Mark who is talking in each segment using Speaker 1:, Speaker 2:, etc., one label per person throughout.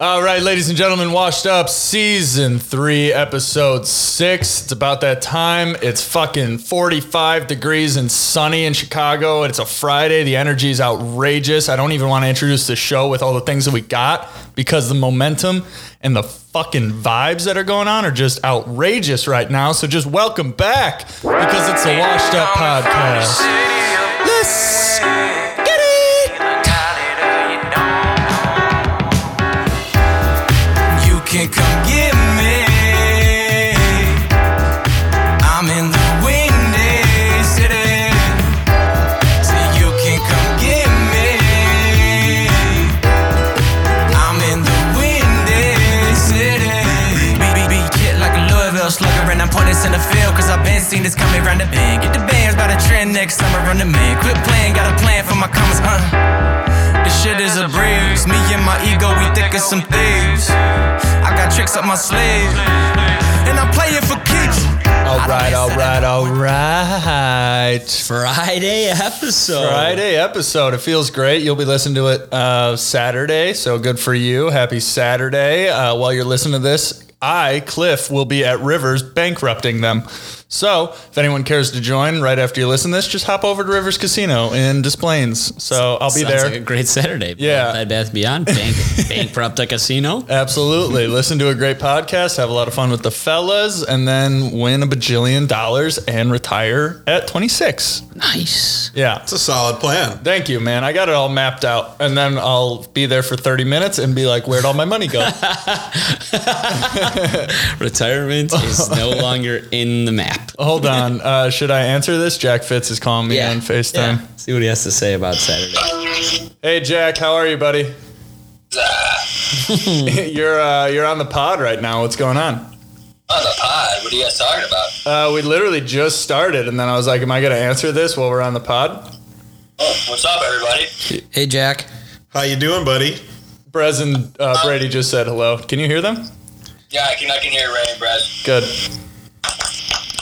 Speaker 1: All right, ladies and gentlemen, Washed Up Season 3, Episode 6. It's about that time. It's fucking 45 degrees and sunny in Chicago. It's a Friday. The energy is outrageous. I don't even want to introduce the show with all the things that we got because the momentum and the fucking vibes that are going on are just outrageous right now. So just welcome back because it's a Washed Up podcast. Let's get it.
Speaker 2: You can come get me. I'm in the windy city. So you can come get me. I'm in the windy city. Be, be, be hit like a Louisville slugger, and I'm putting this in the field. Cause I've been seen this coming round the bend. Get the bands by the trend next summer, run the man. Quit playing, got a plan for my comments, huh? This shit is a breeze. Me and my ego, we think of some thieves. I got tricks up my sleeve, and I'm playing for keeps.
Speaker 1: All right, all right, all right.
Speaker 3: Friday episode.
Speaker 1: Friday episode. It feels great. You'll be listening to it uh, Saturday, so good for you. Happy Saturday. Uh, while you're listening to this, I, Cliff, will be at Rivers bankrupting them. So if anyone cares to join right after you listen to this, just hop over to Rivers Casino in Des Plaines. So I'll be
Speaker 3: Sounds
Speaker 1: there.
Speaker 3: like a great Saturday.
Speaker 1: Yeah.
Speaker 3: Bed Bath Beyond, bank, bankrupt a casino.
Speaker 1: Absolutely. Listen to a great podcast, have a lot of fun with the fellas, and then win a bajillion dollars and retire at 26.
Speaker 3: Nice.
Speaker 1: Yeah.
Speaker 4: It's a solid plan.
Speaker 1: Thank you, man. I got it all mapped out, and then I'll be there for thirty minutes and be like, "Where'd all my money go?"
Speaker 3: Retirement is no longer in the map.
Speaker 1: Hold on, uh, should I answer this? Jack Fitz is calling me on Facetime.
Speaker 3: Yeah. See what he has to say about Saturday.
Speaker 1: Hey, Jack, how are you, buddy?
Speaker 5: uh,
Speaker 4: Mm.
Speaker 1: you're uh, you're on the pod right now. What's going on?
Speaker 5: On the pod, what are you guys talking about?
Speaker 1: Uh, we literally just started, and then I was like, "Am I going to answer this while we're on the pod?"
Speaker 5: Oh, what's up, everybody?
Speaker 3: Hey, Jack.
Speaker 4: How you doing, buddy?
Speaker 1: Brez and uh, Brady just said hello. Can you hear them?
Speaker 5: Yeah, I can I can hear Ray and Brad.
Speaker 1: Good.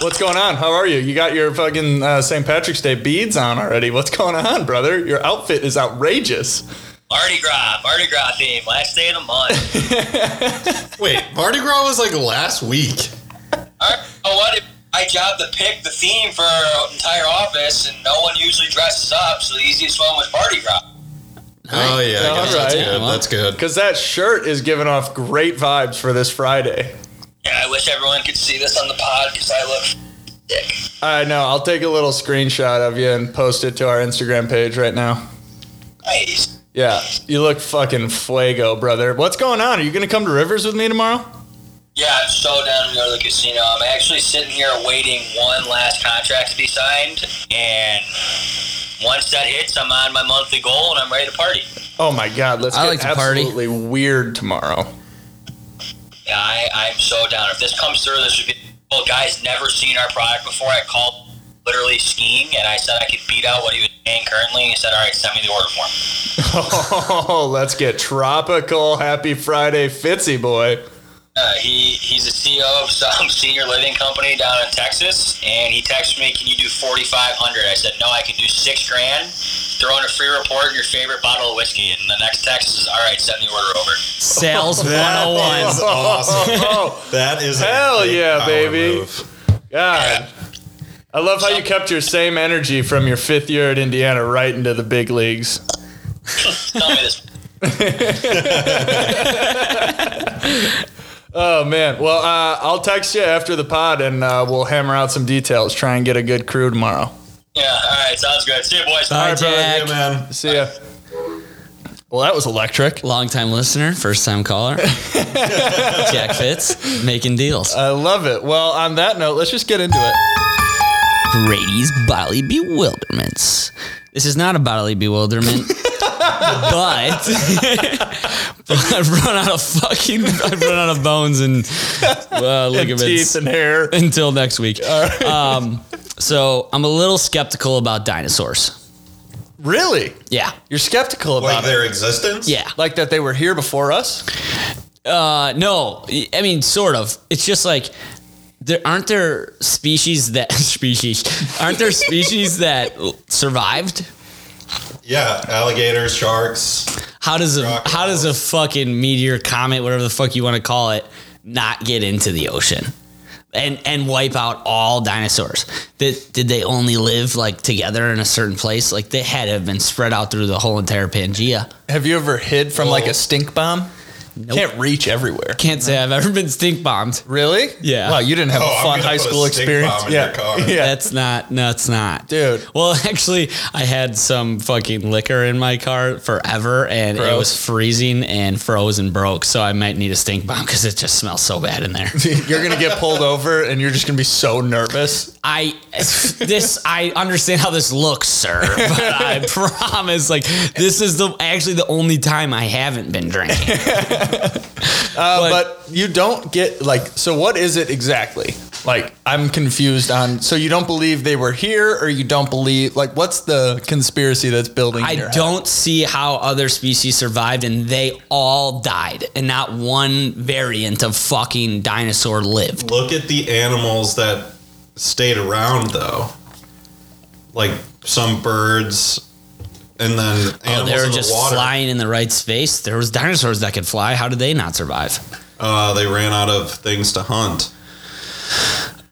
Speaker 1: What's going on? How are you? You got your fucking uh, St. Patrick's Day beads on already. What's going on, brother? Your outfit is outrageous.
Speaker 5: Mardi Gras, Mardi Gras theme, last day of the month.
Speaker 4: Wait, Mardi Gras was like last week.
Speaker 5: Alright, so what if my job to pick the theme for our entire office and no one usually dresses up, so the easiest one was Mardi Gras.
Speaker 4: Oh yeah, I
Speaker 1: All
Speaker 4: guess that's
Speaker 1: right.
Speaker 4: good. That's good.
Speaker 1: Because that shirt is giving off great vibes for this Friday.
Speaker 5: Yeah, I wish everyone could see this on the pod because I look dick.
Speaker 1: I know. I'll take a little screenshot of you and post it to our Instagram page right now.
Speaker 5: Nice.
Speaker 1: Yeah, you look fucking fuego, brother. What's going on? Are you going to come to Rivers with me tomorrow?
Speaker 5: Yeah, I'm so down to go to the casino. I'm actually sitting here waiting one last contract to be signed, and once that hits, I'm on my monthly goal and I'm ready to party.
Speaker 1: Oh my God, let's
Speaker 3: I
Speaker 1: get
Speaker 3: like to party.
Speaker 1: absolutely weird tomorrow.
Speaker 5: Yeah, I, I'm so down. If this comes through, this would be. Well, guys, never seen our product before. I called literally skiing, and I said I could beat out what he was paying currently. And he said, "All right, send me the order form."
Speaker 1: Oh, let's get tropical. Happy Friday, Fitzy boy.
Speaker 5: Uh, he he's a CEO of some senior living company down in Texas, and he texted me, "Can you do 4,500?" I said, "No, I can do six grand." Throw in a free report and your favorite bottle of whiskey, and the next text is, "All right, send the order over."
Speaker 3: Sales
Speaker 4: That
Speaker 3: 101.
Speaker 4: is awesome.
Speaker 1: Oh,
Speaker 4: That is a
Speaker 1: Hell
Speaker 4: big
Speaker 1: yeah,
Speaker 4: power
Speaker 1: baby.
Speaker 4: move.
Speaker 1: God. I love how you kept your same energy from your fifth year at Indiana right into the big leagues.
Speaker 5: Tell me this.
Speaker 1: Oh, man. Well, uh, I'll text you after the pod and uh, we'll hammer out some details. Try and get a good crew tomorrow.
Speaker 5: Yeah, all right, sounds good. See you, boys.
Speaker 3: Bye,
Speaker 4: All right, brother. Yeah,
Speaker 3: Jack.
Speaker 4: man.
Speaker 1: See ya. Well, that was electric.
Speaker 3: Long time listener, first time caller. Jack Fitz making deals.
Speaker 1: I love it. Well, on that note, let's just get into it.
Speaker 3: Brady's bodily bewilderments. This is not a bodily bewilderment, but, but I've run out of fucking, I've run out of bones and uh, ligaments
Speaker 1: Teeth and hair.
Speaker 3: until next week. Um, so I'm a little skeptical about dinosaurs.
Speaker 1: Really?
Speaker 3: Yeah,
Speaker 1: You're skeptical about
Speaker 4: Like
Speaker 1: it?
Speaker 4: their existence?
Speaker 3: yeah.
Speaker 1: Like that they were here before us?
Speaker 3: Uh, no, I mean, sort of. It's just like there aren't there species that species aren't there species that survived
Speaker 4: Yeah. Alligators, sharks.
Speaker 3: How does a
Speaker 4: Rocket
Speaker 3: how does a fucking meteor, comet, whatever the fuck you want to call it, not get into the ocean? And, and wipe out all dinosaurs. Did, did they only live like together in a certain place? Like they had to have been spread out through the whole entire Pangea.
Speaker 1: Have you ever hid from like a stink bomb? Can't reach everywhere.
Speaker 3: Can't say I've ever been stink bombed.
Speaker 1: Really?
Speaker 3: Yeah.
Speaker 1: Wow, you didn't have
Speaker 4: Oh,
Speaker 1: a
Speaker 4: I'm
Speaker 1: fun
Speaker 4: gonna
Speaker 1: high
Speaker 4: put a
Speaker 1: school
Speaker 4: stink
Speaker 1: experience.
Speaker 4: bomb in
Speaker 1: yeah.
Speaker 4: your car.
Speaker 1: yeah.
Speaker 3: That's not. No, it's not,
Speaker 1: Dude.
Speaker 3: Well, actually, I had some fucking liquor in my car forever, and it
Speaker 1: Gross.
Speaker 3: was freezing and froze and broke. So I might need a stink bomb because it just smells so bad in there.
Speaker 1: you're gonna get pulled over and you're just gonna be so nervous.
Speaker 3: I this I understand how this looks, sir, but I promise, like this is the actually the only time I haven't been drinking.
Speaker 1: Uh,
Speaker 3: But-
Speaker 1: but, you don't get like so what is it exactly? Like I'm confused on so you don't believe they were here or you don't believe like what's the conspiracy that's building? in your
Speaker 3: I
Speaker 1: head?
Speaker 3: don't see how other species survived, and they all died, and not one variant of fucking dinosaur lived.
Speaker 4: Look at the animals that stayed around, though. Like some birds, and then
Speaker 3: Oh,
Speaker 4: animals
Speaker 3: they were
Speaker 4: in
Speaker 3: just
Speaker 4: the water.
Speaker 3: flying in the right space. There was dinosaurs that could fly. How did they not survive?
Speaker 4: Uh, they ran out of things to hunt.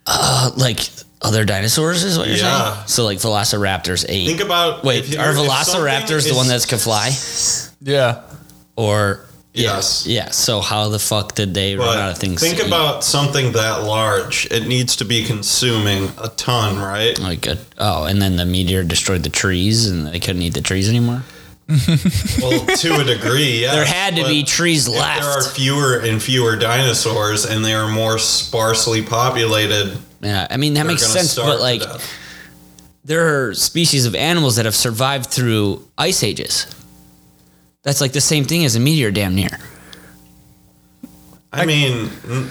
Speaker 3: Uh, like other dinosaurs is what you're
Speaker 4: Yeah.
Speaker 3: saying. So like Velociraptors ate.
Speaker 4: Think about
Speaker 3: Wait,
Speaker 4: if you-
Speaker 3: are
Speaker 4: if
Speaker 3: Velociraptors
Speaker 4: something
Speaker 3: the one
Speaker 4: is-
Speaker 3: that can fly?
Speaker 1: Yeah.
Speaker 3: Or
Speaker 4: Yes.
Speaker 3: yeah. So how the fuck did they run out
Speaker 4: But
Speaker 3: of things?
Speaker 4: think
Speaker 3: to eat?
Speaker 4: about something that large. It needs to be consuming a ton, right?
Speaker 3: like good. Oh, and then the meteor destroyed the trees, and they couldn't eat the trees anymore.
Speaker 4: Well, to a degree, yes.
Speaker 3: There had to
Speaker 4: but
Speaker 3: be trees
Speaker 4: if
Speaker 3: left.
Speaker 4: There are fewer and fewer dinosaurs, and they are more sparsely populated.
Speaker 3: yeah, I mean that
Speaker 4: They're
Speaker 3: makes
Speaker 4: gonna
Speaker 3: sense,
Speaker 4: starve
Speaker 3: but
Speaker 4: to
Speaker 3: like
Speaker 4: death.
Speaker 3: there are species of animals that have survived through ice ages. That's like the same thing as a meteor, damn near.
Speaker 4: I mean, n-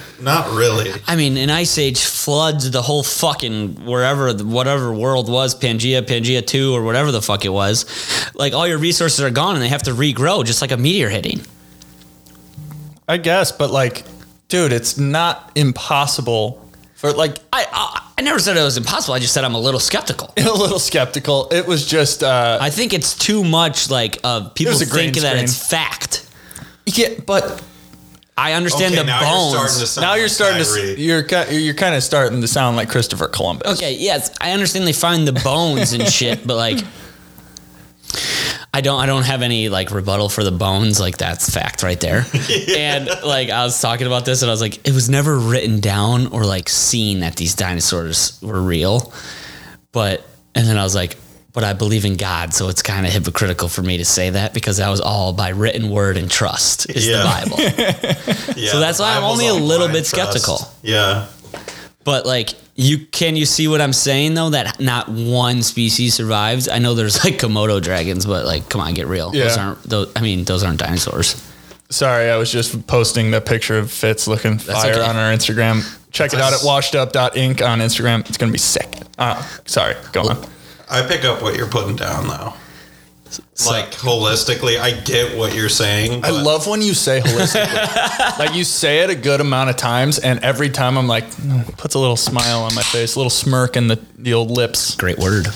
Speaker 4: not really.
Speaker 3: I mean, an ice age floods the whole fucking wherever, the- whatever world was Pangea, Pangea 2, or whatever the fuck it was. Like, all your resources are gone and they have to regrow, just like a meteor hitting.
Speaker 1: I guess, but like, dude, it's not impossible for like
Speaker 3: I, I, I never said it was impossible. I just said I'm a little skeptical.
Speaker 1: a little skeptical. It was just uh
Speaker 3: I think it's too much, like, uh, people
Speaker 1: There's a green
Speaker 3: think that
Speaker 1: screen.
Speaker 3: it's fact.
Speaker 1: yeah, but
Speaker 3: I understand
Speaker 4: Okay,
Speaker 3: the
Speaker 4: now you're starting to
Speaker 3: bones.
Speaker 4: sound
Speaker 1: now you're
Speaker 4: like
Speaker 1: starting
Speaker 4: Kyrie.
Speaker 1: to you're ki- you're kind of starting to sound like Christopher Columbus.
Speaker 3: Okay, yes, I understand they find the bones and shit, but like. I don't I don't have any like rebuttal for the bones like that's fact right there. And like I was talking about this and I was like it was never written down or like seen that these dinosaurs were real. But and then I was like but I believe in God, so it's kind of hypocritical for me to say that because that was all by written word and trust is
Speaker 4: Yeah.
Speaker 3: the Bible.
Speaker 4: Yeah,
Speaker 3: So that's
Speaker 4: the
Speaker 3: why I'm
Speaker 4: Bible's
Speaker 3: only a
Speaker 4: on
Speaker 3: little
Speaker 4: blind
Speaker 3: bit
Speaker 4: trust.
Speaker 3: skeptical.
Speaker 4: Yeah.
Speaker 3: But like you can you see what I'm saying though that not one species survives. I know there's like Komodo dragons, but like come on, get real. Those
Speaker 1: Yeah.
Speaker 3: aren't those, I mean, those aren't dinosaurs.
Speaker 1: Sorry, I was just posting the picture of Fitz looking fire
Speaker 3: okay.
Speaker 1: on our Instagram. Check it out at washedup.inc on Instagram. It's going to be sick. Uh, sorry, go on.
Speaker 4: I pick up what you're putting down, though. like holistically, I get what you're saying.
Speaker 1: I
Speaker 4: but
Speaker 1: love when you say holistically. like you say it a good amount of times, and every time I'm like, mm, puts a little smile on my face, a little smirk in the, the old lips.
Speaker 3: Great word.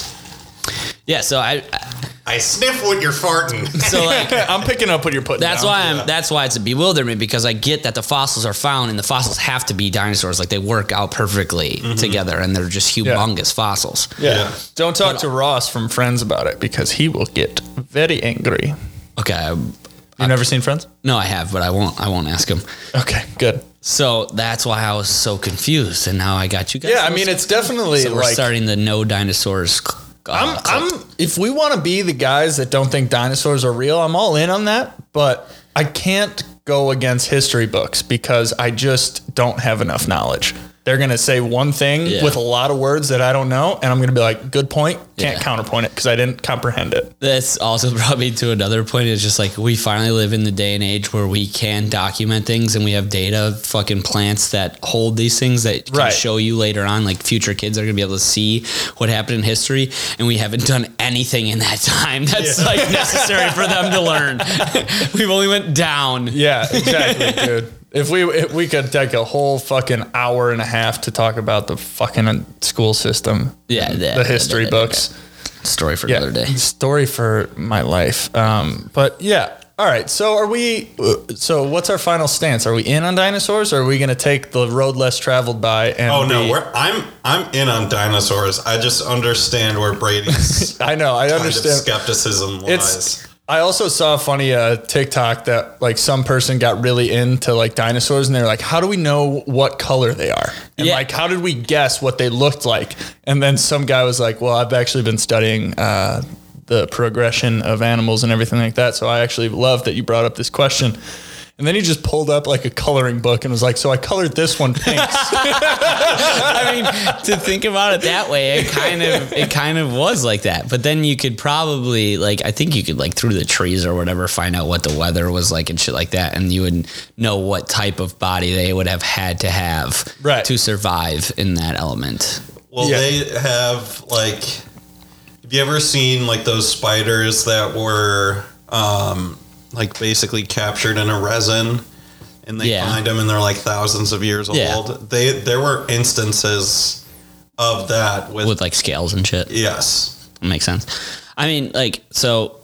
Speaker 3: Yeah, so I I-
Speaker 4: I sniff what you're farting.
Speaker 3: so like
Speaker 1: I'm picking up what you're putting
Speaker 3: that's
Speaker 1: down.
Speaker 3: why I'm that's why it's a bewilderment because I get that the fossils are found and the fossils have to be dinosaurs like they work out perfectly
Speaker 1: Mm-hmm.
Speaker 3: together and they're just humongous fossils.
Speaker 1: Yeah.
Speaker 4: Yeah.
Speaker 1: Don't talk to Ross from Friends about it because he will get very angry.
Speaker 3: Okay, I,
Speaker 1: You've never seen Friends?
Speaker 3: no I have, but I won't I won't ask him.
Speaker 1: Okay, good.
Speaker 3: So that's why I was so confused and now I got you guys.
Speaker 1: Yeah, I mean, it's definitely
Speaker 3: So we're
Speaker 1: like.
Speaker 3: starting the no dinosaurs. Uh,
Speaker 1: I'm, I'm, if we want to be the guys that don't think dinosaurs are real, I'm all in on that, but I can't go against history books because I just don't have enough knowledge. They're going to say one thing
Speaker 3: Yeah.
Speaker 1: with a lot of words that I don't know, and I'm going to be like, good point, can't
Speaker 3: Yeah.
Speaker 1: counterpoint it because I didn't comprehend it.
Speaker 3: That's also brought me to another point. It's just like we finally live in the day and age where we can document things and we have data, of fucking plants that hold these things that can
Speaker 1: Right.
Speaker 3: show you later on. Like future kids are gonna be able to see what happened in history, and we haven't done anything in that time that's like necessary for them to learn. We've only went down.
Speaker 1: Yeah, exactly, dude. If we if we could take a whole fucking hour and a half to talk about the fucking school system,
Speaker 3: Yeah,
Speaker 1: and
Speaker 3: yeah,
Speaker 1: the
Speaker 3: yeah,
Speaker 1: history
Speaker 3: yeah, yeah,
Speaker 1: books.
Speaker 3: Story for another day.
Speaker 1: Story for my life. Um, but yeah, All right. So are we? So what's our final stance? Are we in on dinosaurs? or Are we going to take the road less traveled by? And
Speaker 4: Oh no,
Speaker 1: be-
Speaker 4: we're, I'm I'm in on dinosaurs. I just understand where Brady's
Speaker 1: I know. I
Speaker 4: kind of
Speaker 1: understand.
Speaker 4: skepticism lies.
Speaker 1: It's. I also saw a funny uh, TikTok that like some person got really into like dinosaurs and they're like, how do we know what color they are? And
Speaker 3: Yeah.
Speaker 1: like, how did we guess what they looked like? And then some guy was like, well, I've actually been studying uh, the progression of animals and everything like that. So I actually love that you brought up this question. And then he just pulled up like a coloring book and was like, so I colored this one pink.
Speaker 3: I mean, to think about it that way, it kind of it kind of was like that. But then you could probably like I think you could like through the trees or whatever find out what the weather was like and shit like that, and you would know what type of body they would have had to have
Speaker 1: Right.
Speaker 3: to survive in that element.
Speaker 4: Well,
Speaker 1: Yeah.
Speaker 4: they have like. Have you ever seen like those spiders that were um, like basically captured in a resin, and they
Speaker 3: Yeah.
Speaker 4: find them and they're like thousands of years
Speaker 3: Yeah.
Speaker 4: old? They there were instances of that with,
Speaker 3: with like scales and shit.
Speaker 4: yes,
Speaker 3: Makes sense. I mean, like, so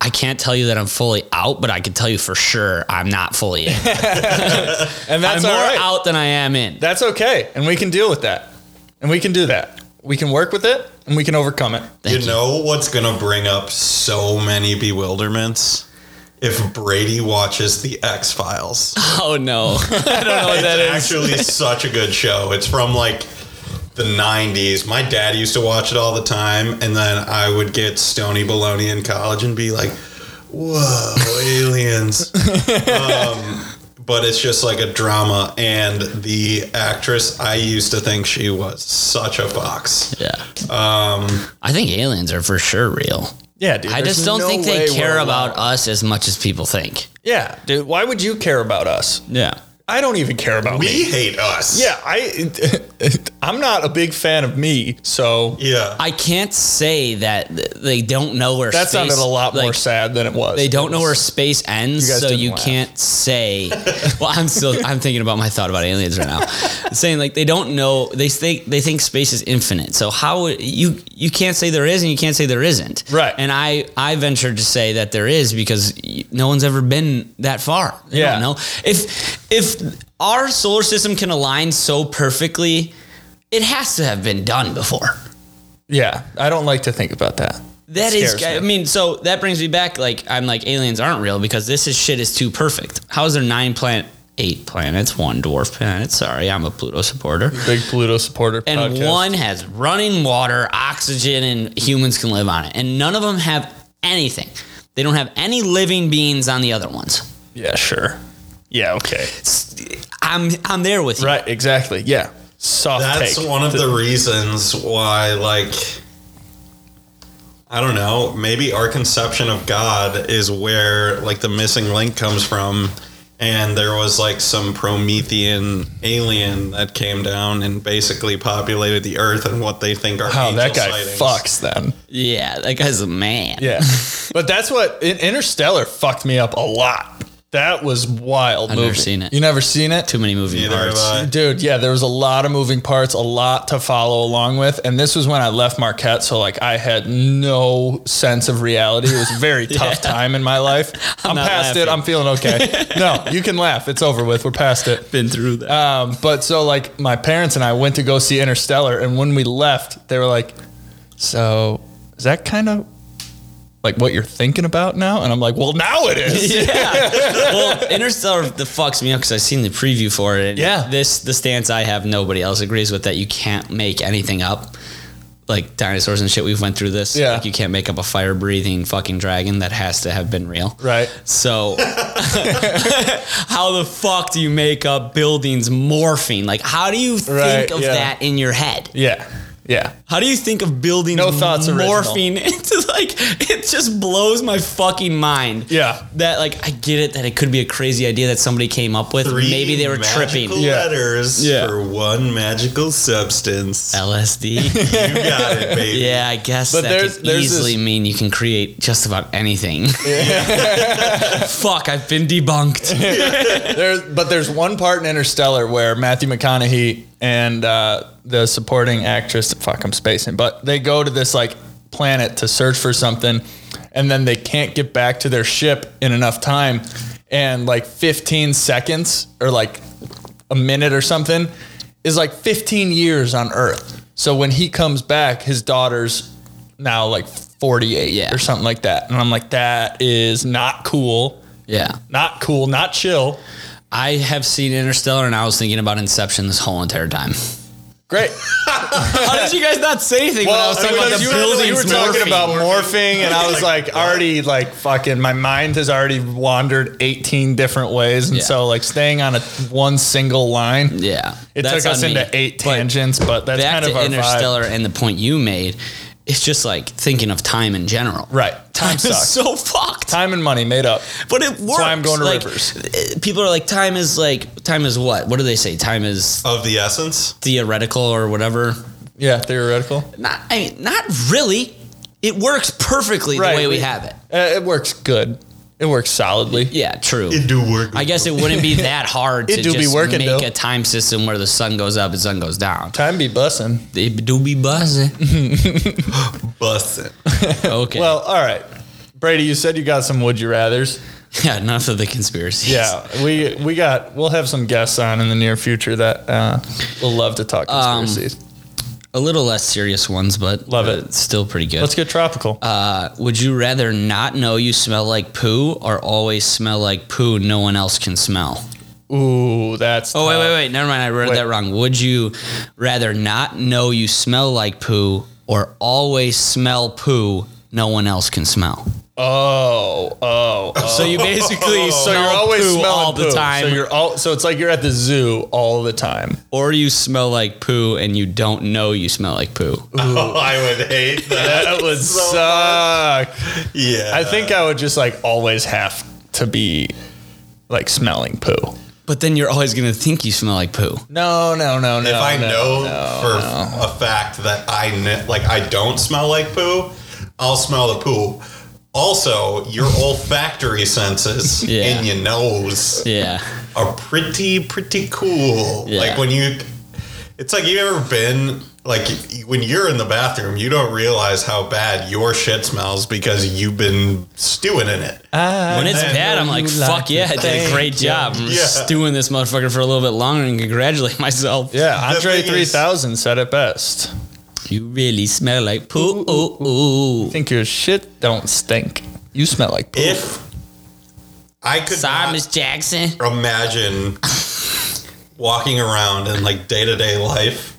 Speaker 3: I can't tell you that I'm fully out, but I can tell you for sure I'm not fully in.
Speaker 1: and that's
Speaker 3: I'm more
Speaker 1: all right.
Speaker 3: out than I am in.
Speaker 1: That's okay. And we can deal with that. And we can do that. We can work with it and we can overcome it.
Speaker 3: Thank
Speaker 4: you know what's gonna bring up so many bewilderments if Brady watches the X Files.
Speaker 3: Oh no, I don't know what that is.
Speaker 4: actually such a good show. It's from like the 90s. My dad used to watch it all the time, and then I would get Stony Baloney in college and be like, whoa, aliens. um, but it's just like a drama, and the actress, I used to think she was such a fox.
Speaker 3: Yeah. I think aliens are for sure real.
Speaker 1: Yeah, dude.
Speaker 3: I
Speaker 1: Um, there's
Speaker 3: just don't
Speaker 1: no
Speaker 3: think they
Speaker 1: way we're
Speaker 3: care about
Speaker 1: alone.
Speaker 3: us as much as people think.
Speaker 1: Yeah, dude. Why would you care about us?
Speaker 3: Yeah.
Speaker 1: I don't even care about me.
Speaker 4: We hate us.
Speaker 1: Yeah, I. I'm not a big fan of me, so
Speaker 4: Yeah.
Speaker 3: I can't say that th- they don't know where
Speaker 1: that
Speaker 3: space,
Speaker 1: sounded a lot more
Speaker 3: like,
Speaker 1: sad than it was.
Speaker 3: They don't know where space ends,
Speaker 1: You guys
Speaker 3: so
Speaker 1: didn't
Speaker 3: you
Speaker 1: laugh.
Speaker 3: can't say. Well, I'm still I'm thinking about my thought about aliens right now, saying like they don't know. They think they think space is infinite. So how would- you you can't say there is and you can't say there isn't.
Speaker 1: Right.
Speaker 3: And I I venture to say that there is because y- no one's ever been that far. They
Speaker 1: Yeah.
Speaker 3: Don't know if if our solar system can align so perfectly, it has to have been done before.
Speaker 1: Yeah, I don't like to think about that.
Speaker 3: That is,
Speaker 1: scares me.
Speaker 3: I mean, so that brings me back. Like, I'm like, aliens aren't real because this is shit is too perfect. How is there nine planet, eight planets, one dwarf planet? Sorry, I'm a Pluto supporter.
Speaker 1: Big Pluto supporter
Speaker 3: And
Speaker 1: podcast.
Speaker 3: one has running water, oxygen, and humans can live on it. And none of them have anything. They don't have any living beings on the other ones.
Speaker 1: Yeah, sure. Yeah, okay.
Speaker 3: I'm I'm there with you.
Speaker 1: Right, exactly. Yeah, soft
Speaker 4: That's
Speaker 1: take.
Speaker 4: one of the reasons why, like, I don't know, maybe our conception of God is where, like, the missing link comes from. And there was, like, some Promethean alien that came down and basically populated the earth and what they think are
Speaker 1: Wow,
Speaker 4: angel
Speaker 1: that guy
Speaker 4: sightings.
Speaker 1: fucks then.
Speaker 3: Yeah, that guy's a man.
Speaker 1: Yeah. but that's what in- Interstellar fucked me up a lot. That was wild.
Speaker 3: I've never
Speaker 1: movie.
Speaker 3: seen it.
Speaker 1: You never seen it?
Speaker 3: Too many movie
Speaker 4: Neither have
Speaker 3: parts.
Speaker 4: I.
Speaker 1: Dude, yeah, there was a lot of moving parts, a lot to follow along with. And this was when I left Marquette. So, like, I had no sense of reality. It was a very tough time in my life. I'm,
Speaker 3: not
Speaker 1: past it.
Speaker 3: laughing.
Speaker 1: I'm feeling okay. no, you can laugh. It's over with. We're past it.
Speaker 3: Been through that.
Speaker 1: Um, but so like my parents and I went to go see Interstellar, and when we left, they were like, "So is that kind of like what you're thinking about now?" And I'm like, "Well, now it is."
Speaker 3: yeah. Well, Interstellar the fucks me up because I've seen the preview for it. and
Speaker 1: Yeah.
Speaker 3: This the stance I have. Nobody else agrees with that. You can't make anything up. Like dinosaurs and shit, we've went through this.
Speaker 1: Yeah.
Speaker 3: Like you can't make up a fire breathing fucking dragon that has to have been real.
Speaker 1: Right.
Speaker 3: So how the fuck do you make up buildings morphing? Like how do you think
Speaker 1: Right,
Speaker 3: of
Speaker 1: yeah.
Speaker 3: that in your head?
Speaker 1: Yeah. Yeah.
Speaker 3: How do you think of buildings
Speaker 1: No thoughts original.
Speaker 3: morphing? It's like it just blows my fucking mind
Speaker 1: Yeah.
Speaker 3: that like I get it that it could be a crazy idea that somebody came up with.
Speaker 4: Three
Speaker 3: Maybe they were
Speaker 4: magical
Speaker 3: tripping.
Speaker 1: Yeah.
Speaker 4: letters
Speaker 1: Yeah.
Speaker 4: for one magical substance.
Speaker 3: LSD.
Speaker 4: You got it, baby.
Speaker 3: yeah, I guess
Speaker 1: But
Speaker 3: that
Speaker 1: there's-
Speaker 3: could
Speaker 1: there's
Speaker 3: easily
Speaker 1: this-
Speaker 3: mean you can create just about anything. Fuck, I've been debunked.
Speaker 1: There's but there's one part in Interstellar where Matthew McConaughey and uh, the supporting actress, fuck, I'm spacing, but they go to this like planet to search for something, and then they can't get back to their ship in enough time. And like 15 seconds or like a minute or something is like 15 years on Earth. So when he comes back, his daughter's now like 48
Speaker 3: Yeah.
Speaker 1: or something like that. And I'm like, that is not cool.
Speaker 3: Yeah.
Speaker 1: Not cool, not chill.
Speaker 3: I have seen Interstellar and I was thinking about Inception this whole entire time.
Speaker 1: Great.
Speaker 3: How did you guys not say anything when I was talking about
Speaker 1: because
Speaker 3: the
Speaker 1: you were-
Speaker 3: buildings?
Speaker 1: you were talking
Speaker 3: morphing?
Speaker 1: about morphing, and I was like, already like fucking. My mind has already wandered eighteen different ways, and
Speaker 3: Yeah.
Speaker 1: so like staying on a one single line.
Speaker 3: Yeah.
Speaker 1: It
Speaker 3: that's
Speaker 1: took us
Speaker 3: on me.
Speaker 1: into eight
Speaker 3: But
Speaker 1: tangents, but that's
Speaker 3: back
Speaker 1: kind of
Speaker 3: to
Speaker 1: our vibe.
Speaker 3: Interstellar and the point you made, it's just like thinking of time in general.
Speaker 1: Right. Time
Speaker 3: It's
Speaker 1: sucks.
Speaker 3: so fucked.
Speaker 1: Time and money made up.
Speaker 3: But it works.
Speaker 1: why I'm going to
Speaker 3: like,
Speaker 1: Rivers.
Speaker 3: eh, People are like, time is like, time is what? What do they say? Time is
Speaker 4: Of the essence.
Speaker 3: theoretical or whatever.
Speaker 1: Yeah, theoretical.
Speaker 3: Not, I mean, not really. It works perfectly
Speaker 1: Right,
Speaker 3: the way we,
Speaker 1: we-
Speaker 3: have it.
Speaker 1: Uh, it works good. It works solidly.
Speaker 3: Yeah, true.
Speaker 4: It do work.
Speaker 3: I guess it wouldn't be that hard
Speaker 1: It
Speaker 3: to
Speaker 1: do be
Speaker 3: just
Speaker 1: working,
Speaker 3: make
Speaker 1: though.
Speaker 3: a time system where the sun goes up and sun goes down.
Speaker 1: Time be bussing.
Speaker 3: It do be buzzing.
Speaker 4: busted.
Speaker 3: Okay.
Speaker 1: Well, all right, Brady. You said you got some would you rather's.
Speaker 3: yeah, enough of the conspiracies.
Speaker 1: Yeah, we we got we'll have some guests on in the near future that uh, will love to talk
Speaker 3: Um,
Speaker 1: conspiracies.
Speaker 3: A little less serious ones, but
Speaker 1: Love
Speaker 3: uh,
Speaker 1: it.
Speaker 3: it's still pretty good.
Speaker 1: Let's get tropical.
Speaker 3: uh, Would you rather not know you smell like poo or always smell like poo no one else can smell?
Speaker 1: Ooh, that's
Speaker 3: Oh, wait,
Speaker 1: tough.
Speaker 3: wait, wait. Never mind. I read
Speaker 1: wait.
Speaker 3: that wrong. Would you rather not know you smell like poo or always smell poo no one else can smell?
Speaker 1: Oh, oh, oh.
Speaker 3: So you basically
Speaker 1: So you're always
Speaker 3: poo
Speaker 1: smelling
Speaker 3: all the
Speaker 1: poo.
Speaker 3: time,
Speaker 1: So you're all so it's like you're at the zoo all the time.
Speaker 3: or you smell like poo and you don't know you smell like poo.
Speaker 4: Oh, I would hate that.
Speaker 1: That would
Speaker 4: so
Speaker 1: suck.
Speaker 4: yeah.
Speaker 1: I think I would just like always have to be like smelling poo.
Speaker 3: But then you're always gonna think you smell like poo.
Speaker 1: No, no, no, no.
Speaker 4: if I
Speaker 1: no,
Speaker 4: know
Speaker 1: no.
Speaker 4: for a fact that I kn- like I don't smell like poo, I'll smell the poo. Also, your olfactory senses
Speaker 3: Yeah.
Speaker 4: in your nose
Speaker 3: Yeah.
Speaker 4: are pretty pretty cool.
Speaker 3: Yeah.
Speaker 4: Like when you, it's like you ever been like y- when you're in the bathroom, you don't realize how bad your shit smells because you've been stewing in it.
Speaker 1: Uh,
Speaker 3: When it's
Speaker 4: I
Speaker 3: bad,
Speaker 1: know
Speaker 3: I'm like,
Speaker 1: you like
Speaker 3: fuck
Speaker 1: to
Speaker 3: yeah, I did
Speaker 1: thank
Speaker 3: a great
Speaker 1: you.
Speaker 3: job. I'm
Speaker 4: Yeah.
Speaker 3: stewing this motherfucker for a little bit longer and congratulate myself.
Speaker 1: Yeah, Andre
Speaker 4: thing is-
Speaker 1: 3000 said it best.
Speaker 3: You really smell like poo. Ooh, ooh.
Speaker 1: Think your shit don't stink. You smell like poo.
Speaker 4: if I could
Speaker 3: Sorry,
Speaker 4: not-
Speaker 3: Miss Jackson.
Speaker 4: imagine walking around in like day to day life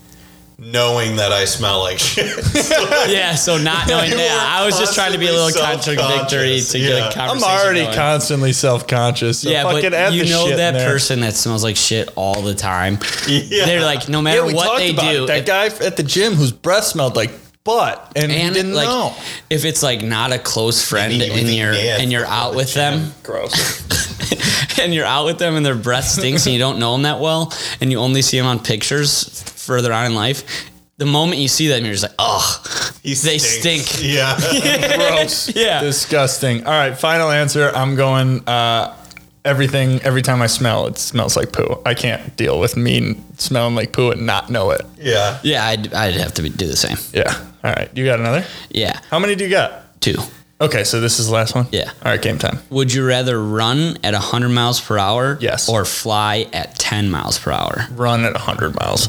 Speaker 4: knowing that I smell like shit.
Speaker 3: Yeah, so not knowing
Speaker 4: You
Speaker 3: that.
Speaker 4: were
Speaker 3: I was just trying to be a little
Speaker 4: constantly
Speaker 3: contradictory
Speaker 4: self-conscious.
Speaker 3: to get
Speaker 4: Yeah.
Speaker 3: a
Speaker 1: I'm
Speaker 3: conversation.
Speaker 1: already
Speaker 3: going.
Speaker 1: constantly self conscious. So
Speaker 3: yeah,
Speaker 1: fucking
Speaker 3: but
Speaker 1: add
Speaker 3: you
Speaker 1: the
Speaker 3: know
Speaker 1: shit
Speaker 3: that
Speaker 1: in there.
Speaker 3: person that smells like shit all the time.
Speaker 4: Yeah.
Speaker 3: They're like, no matter
Speaker 1: Yeah, we
Speaker 3: what
Speaker 1: talked
Speaker 3: they
Speaker 1: about
Speaker 3: do,
Speaker 1: it. That
Speaker 3: if-
Speaker 1: guy f- at the gym whose breath smelled like butt and, he
Speaker 3: and
Speaker 1: didn't
Speaker 3: like
Speaker 1: know.
Speaker 3: if it's like not a close friend
Speaker 4: Maybe with
Speaker 3: and
Speaker 4: the
Speaker 3: you're
Speaker 4: dad
Speaker 3: and you're
Speaker 4: from
Speaker 3: out
Speaker 4: the
Speaker 3: with them
Speaker 1: Gross.
Speaker 3: and you're out with them and their breath stinks and you don't know them that well and you only see them on pictures further on in life the moment you see them you're just like oh they stink
Speaker 4: Yeah.
Speaker 1: Gross.
Speaker 3: Yeah.
Speaker 1: Disgusting. All right, final answer. I'm going uh, everything every time I smell, it smells like poo. I can't deal with me smelling like poo and not know it.
Speaker 4: yeah.
Speaker 3: yeah I'd, I'd have to be, do the same
Speaker 1: Yeah. All right. You got another?
Speaker 3: yeah
Speaker 1: How many do you got?
Speaker 3: two
Speaker 1: Okay, so this is the last one?
Speaker 3: Yeah.
Speaker 1: All right, game time.
Speaker 3: would you rather run at 100 miles per hour
Speaker 1: Yes.
Speaker 3: or fly at 10 miles per hour
Speaker 1: Run at 100 miles.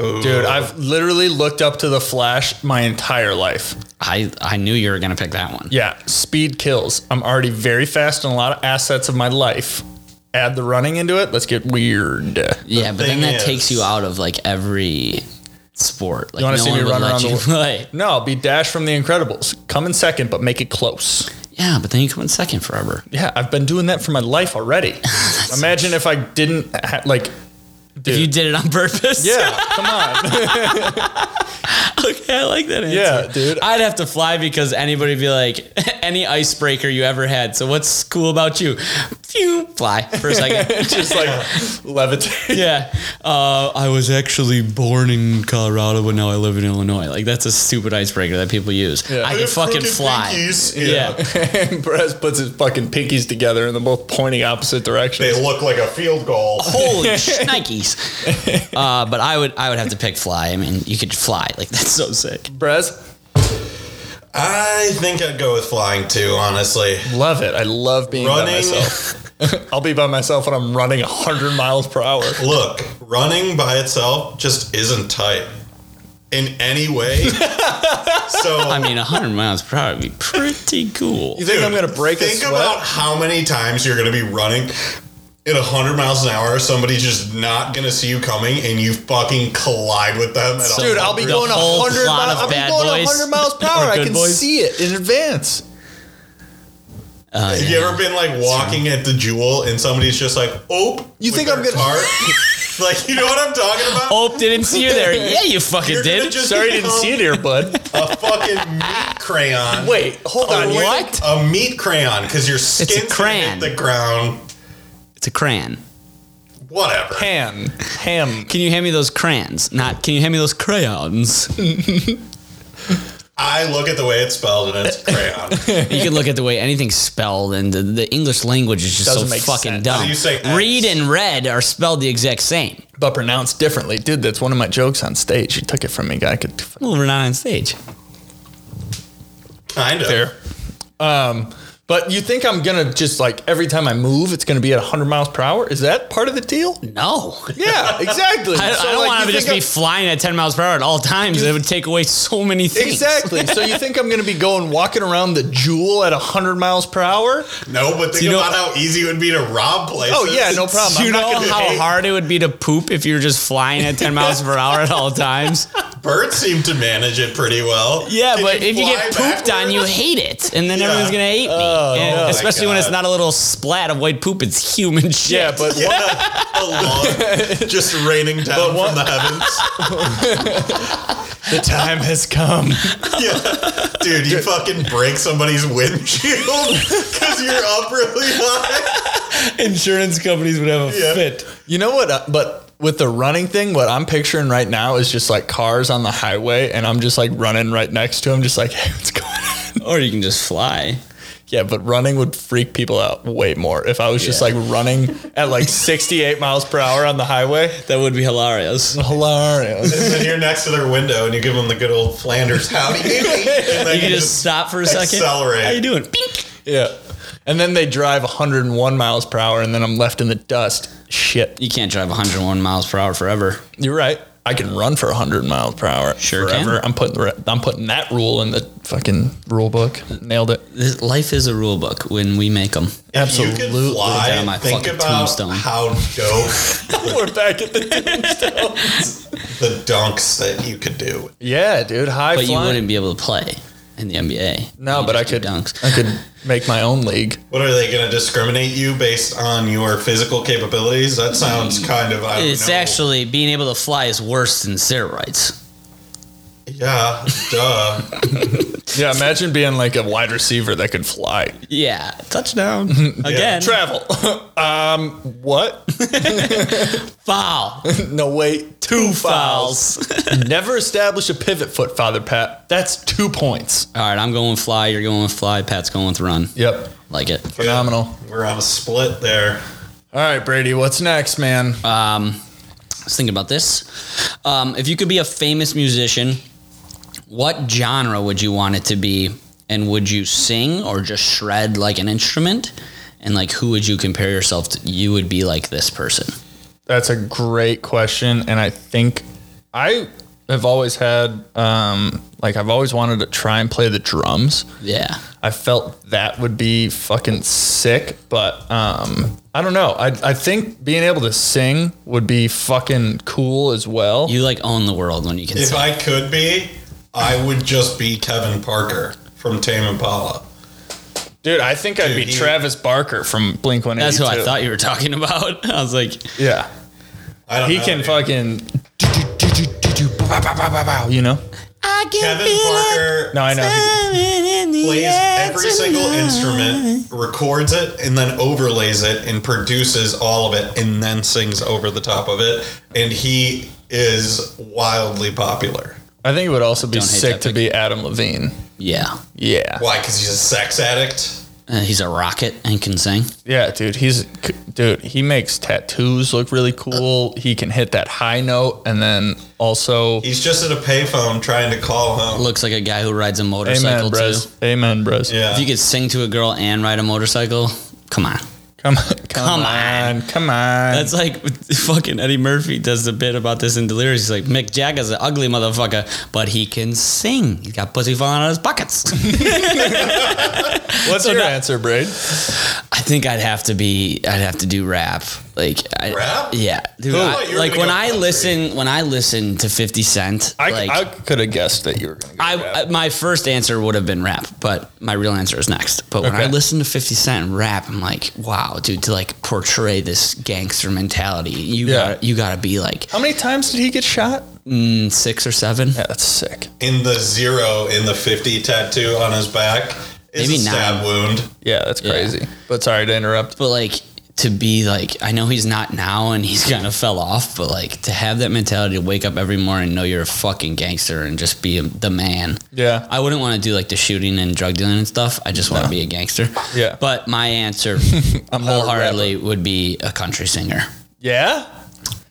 Speaker 4: Ooh.
Speaker 1: Dude, I've literally looked up to the Flash my entire life.
Speaker 3: I, I knew you were gonna pick that one
Speaker 1: Yeah, speed kills. I'm already very fast in a lot of assets of my life. Add the running into it. Let's get weird.
Speaker 3: Yeah, but then
Speaker 4: thing
Speaker 3: that takes
Speaker 4: is-
Speaker 3: you out of like every sport. Like
Speaker 1: wanna
Speaker 3: no
Speaker 1: see
Speaker 3: one
Speaker 1: me
Speaker 3: would
Speaker 1: run
Speaker 3: let
Speaker 1: around
Speaker 3: you
Speaker 1: the-
Speaker 3: play.
Speaker 1: No, be Dash from The Incredibles. Come in second, but make it close.
Speaker 3: Yeah, but then you come in second forever.
Speaker 1: Yeah, I've been doing that for my life already. Imagine if I didn't ha- like. Dude.
Speaker 3: If you did it on purpose.
Speaker 1: yeah, come on.
Speaker 3: okay, I like that answer.
Speaker 1: Yeah, dude.
Speaker 3: I'd have to fly because anybody would be like, any icebreaker you ever had. So what's cool about you? Phew, fly for a second.
Speaker 1: Just like levitate.
Speaker 3: yeah. Uh, I was actually born in Colorado, but now I live in Illinois. Like, that's a stupid icebreaker that people use. I could fucking fly.
Speaker 4: pinkies.
Speaker 3: Yeah.
Speaker 1: And Perez puts his fucking pinkies together, and they're both pointing opposite directions.
Speaker 4: They look like a field goal.
Speaker 3: Holy shnikes! Uh, but I would I would have to pick fly. I mean, you could fly like that's so sick.
Speaker 1: Perez,
Speaker 4: I think I'd go with flying too, honestly.
Speaker 1: Love it. I love being by
Speaker 4: Running-
Speaker 1: myself. I'll be by myself when I'm running 100 miles per hour.
Speaker 4: Look, running by itself just isn't tight in any way. so
Speaker 3: I mean, 100 miles per hour would be pretty cool.
Speaker 1: You think I'm going to break a
Speaker 4: think
Speaker 1: sweat?
Speaker 4: about how many times you're going to be running at 100 miles an hour. Somebody's just not going to see you coming, and you fucking collide with them. At
Speaker 1: Dude, I'll be
Speaker 3: The
Speaker 1: going
Speaker 3: whole
Speaker 1: 100
Speaker 3: plot
Speaker 1: miles.
Speaker 3: of
Speaker 1: I'll be
Speaker 3: Bad
Speaker 1: going
Speaker 3: Boys
Speaker 1: 100 miles per
Speaker 3: or
Speaker 1: hour. I
Speaker 3: Good
Speaker 1: can
Speaker 3: Boys.
Speaker 1: see it in advance.
Speaker 3: Uh,
Speaker 4: Have
Speaker 3: yeah.
Speaker 4: you ever been like walking at the jewel and somebody's just like, "Oop"?
Speaker 1: You
Speaker 4: with
Speaker 1: think I'm
Speaker 4: their
Speaker 1: gonna-
Speaker 4: cart? like, you know what I'm talking about?
Speaker 3: Oh, didn't see you there. Yeah, you fucking
Speaker 4: You're gonna
Speaker 3: did.
Speaker 4: just-
Speaker 1: Sorry, I didn't see it here, bud.
Speaker 4: A fucking meat crayon.
Speaker 1: Wait, hold
Speaker 4: A
Speaker 1: on.
Speaker 4: wick-
Speaker 1: What?
Speaker 4: A meat crayon because your
Speaker 3: a
Speaker 4: skin's gonna hit
Speaker 3: crayon.
Speaker 4: the ground.
Speaker 3: It's a crayon.
Speaker 4: Whatever.
Speaker 1: Ham. Ham.
Speaker 3: Can you hand me those crayons? Not, can you hand me those crayons?
Speaker 4: I look at the way it's spelled and it's crayon.
Speaker 3: You can look at the way anything's spelled, and the, the English language is just
Speaker 1: Doesn't
Speaker 3: so
Speaker 1: make
Speaker 3: fucking
Speaker 1: sense.
Speaker 3: dumb.
Speaker 4: So you say X.
Speaker 3: Read and red are spelled the exact same.
Speaker 1: But pronounced differently. Dude, that's one of my jokes on stage. You took it from me, guy. I could
Speaker 3: Well, we're not on stage.
Speaker 4: kind of.
Speaker 1: there. Um, but you think I'm gonna just like every time I move, it's gonna be at 100 miles per hour? Is that part of the deal?
Speaker 3: No.
Speaker 1: Yeah, exactly.
Speaker 3: I, I don't
Speaker 1: like,
Speaker 3: want
Speaker 1: you
Speaker 3: to just
Speaker 1: think
Speaker 3: be
Speaker 1: I'm-
Speaker 3: flying at 10 miles per hour at all times. It would take away so many things.
Speaker 1: exactly. so you think I'm gonna be going walking around the jewel at 100 miles per hour?
Speaker 4: No, but think
Speaker 3: you know-
Speaker 4: about how easy it would be to rob places.
Speaker 1: Oh yeah, no problem.
Speaker 3: Do you
Speaker 1: I'm not
Speaker 3: know
Speaker 1: gonna-
Speaker 3: how hard it would be to poop if you were just flying at 10 miles per hour at all times?
Speaker 4: Birds seem to manage it pretty well.
Speaker 3: Yeah,
Speaker 4: Can
Speaker 3: but if you get
Speaker 4: fly
Speaker 3: pooped on, you
Speaker 4: backwards?
Speaker 3: hate it, and then
Speaker 4: Yeah.
Speaker 3: everyone's gonna hate me.
Speaker 1: Oh,
Speaker 3: And
Speaker 4: my
Speaker 3: especially when it's
Speaker 4: God.
Speaker 3: not a little splat of white poop; it's human shit.
Speaker 1: Yeah, but
Speaker 4: a log just raining down
Speaker 1: But one-
Speaker 4: from the heavens.
Speaker 1: the time has come.
Speaker 4: Yeah. Dude, you fucking break somebody's windshield because you're up really high.
Speaker 3: insurance companies would have a
Speaker 4: Yeah.
Speaker 3: fit.
Speaker 1: You know what? uh, But with the running thing, what I'm picturing right now is just like cars on the highway, and I'm just like running right next to him, just like hey, what's going on?
Speaker 3: Or you can just fly.
Speaker 1: Yeah, but running would freak people out way more. If I was just like running at like 68 miles per hour on the highway,
Speaker 3: That would be hilarious.
Speaker 1: hilarious.
Speaker 4: And then you're next to their window and you give them the good old Flanders howdy. And then
Speaker 3: You can just stop for a second.
Speaker 4: accelerate.
Speaker 3: How you doing?
Speaker 1: Yeah. And then they drive 101 miles per hour, and then I'm left in the dust. Shit.
Speaker 3: You can't drive 101 miles per hour forever.
Speaker 1: You're right. I can run for 100 miles per hour.
Speaker 3: Sure can.
Speaker 1: forever. I'm putting re- I'm putting that rule in the fucking rule book. Nailed it.
Speaker 3: This, life is a rule book when we make them.
Speaker 4: If you could
Speaker 1: Absolutely.
Speaker 4: fly,
Speaker 3: Down my
Speaker 4: think
Speaker 3: fucking
Speaker 4: about
Speaker 3: tombstone.
Speaker 4: how dope
Speaker 1: We're back at the
Speaker 4: the dunks that you could do.
Speaker 1: Yeah, dude. High
Speaker 3: But you
Speaker 1: flying.
Speaker 3: wouldn't be able to play in the NBA.
Speaker 1: no,
Speaker 3: You
Speaker 1: but I
Speaker 3: just do
Speaker 1: could
Speaker 3: dunks.
Speaker 1: I could make my own league.
Speaker 4: What are they going to discriminate you based on your physical capabilities? That sounds kind of. I
Speaker 1: Oh,
Speaker 4: don't
Speaker 3: Hmm. It's
Speaker 4: know.
Speaker 3: actually being able to fly is worse than steroids.
Speaker 4: Yeah, duh.
Speaker 1: Yeah, imagine being like a wide receiver that could fly.
Speaker 3: Yeah, touchdown again.
Speaker 1: Travel. um, what?
Speaker 3: Foul.
Speaker 1: No, wait. Two fouls. Never establish a pivot foot, Father Pat. That's two points.
Speaker 3: All right, I'm going with fly. You're going with fly. Pat's going with run.
Speaker 1: Yep.
Speaker 3: Like it.
Speaker 1: Phenomenal.
Speaker 4: We're on a split there.
Speaker 1: All right, Brady, what's next, man?
Speaker 3: Um, I was thinking about this. Um, if you could be a famous musician, what genre would you want it to be? And would you sing or just shred like an instrument? And like, who would you compare yourself to? You would be like this person.
Speaker 1: That's a great question. And I think I have always had, um, like, I've always wanted to try and play the drums.
Speaker 3: Yeah.
Speaker 1: I felt that would be fucking sick, but um, I don't know. I, I think being able to sing would be fucking cool as well.
Speaker 3: You like own the world when you can
Speaker 4: If
Speaker 3: sing.
Speaker 4: I could be, I would just be Kevin Parker from Tame Impala.
Speaker 1: Dude, I think I'd
Speaker 4: Dude,
Speaker 1: be
Speaker 4: he-
Speaker 1: Travis Barker from Blink 182.
Speaker 3: That's who I thought you were talking about. I was like,
Speaker 1: Yeah.
Speaker 4: I don't
Speaker 1: He
Speaker 4: know,
Speaker 1: can
Speaker 4: dude.
Speaker 1: fucking, you know?
Speaker 3: I can
Speaker 4: Kevin
Speaker 3: feel it
Speaker 4: Parker
Speaker 1: No, I know. he-
Speaker 3: coming in the
Speaker 4: plays
Speaker 3: air
Speaker 4: every single
Speaker 3: tonight.
Speaker 4: instrument, records it, and then overlays it and produces all of it and then sings over the top of it. And he is wildly popular.
Speaker 1: I think it would also be
Speaker 3: Don't hate
Speaker 1: sick
Speaker 3: that
Speaker 1: to be Adam Levine.
Speaker 3: Yeah.
Speaker 1: Yeah.
Speaker 4: Why? Because he's a sex addict?
Speaker 3: Uh, he's a rocket and can sing.
Speaker 1: Yeah, dude, he's dude. He makes tattoos look really cool. He can hit that high note, and then also,
Speaker 4: He's just at a payphone trying to call home.
Speaker 3: Looks like a guy who rides a motorcycle
Speaker 1: amen,
Speaker 3: too.
Speaker 1: bros. Amen, bros.
Speaker 4: Yeah.
Speaker 3: If you could sing to a girl and ride a motorcycle, come on.
Speaker 1: Come, come,
Speaker 3: Come on.
Speaker 1: on, come on.
Speaker 3: That's like fucking Eddie Murphy does the bit about this in Delirious. He's like, Mick Jagger's an ugly motherfucker, but he can sing. He's got pussy falling out of his pockets.
Speaker 1: What's your answer, Braid?
Speaker 3: I think I'd have to be. I'd have to do rap. Like I,
Speaker 4: Rap?
Speaker 3: Yeah, dude. I-
Speaker 4: Thought you were
Speaker 3: like
Speaker 4: gonna
Speaker 3: when
Speaker 4: go
Speaker 3: I
Speaker 4: country.
Speaker 3: listen, when I listen to Fifty Cent,
Speaker 1: I,
Speaker 3: like
Speaker 1: I
Speaker 3: I,
Speaker 1: could have guessed that you were going to.
Speaker 3: I, uh, my first answer would have been rap, but my real answer is next. But when I
Speaker 1: Okay.
Speaker 3: listen to Fifty Cent rap, I'm like, wow, dude. To like portray this gangster mentality, you
Speaker 1: Yeah.
Speaker 3: gotta, you gotta be like
Speaker 1: How many times did he get shot?
Speaker 3: mm, six or seven.
Speaker 1: Yeah, that's sick.
Speaker 4: in the zero in the 50 tattoo on his back is
Speaker 3: Maybe
Speaker 4: a stab
Speaker 3: nine.
Speaker 4: wound.
Speaker 1: Yeah, that's crazy. But sorry to interrupt.
Speaker 3: But like to be like, I know he's not now and he's kind of fell off, but like to have that mentality to wake up every morning and know you're a fucking gangster and just be the man.
Speaker 1: Yeah.
Speaker 3: I wouldn't want to do like the shooting and drug dealing and stuff. I just want to be a gangster.
Speaker 1: Yeah.
Speaker 3: But my answer
Speaker 1: I'm not a
Speaker 3: wholeheartedly would be a country singer.
Speaker 1: Yeah,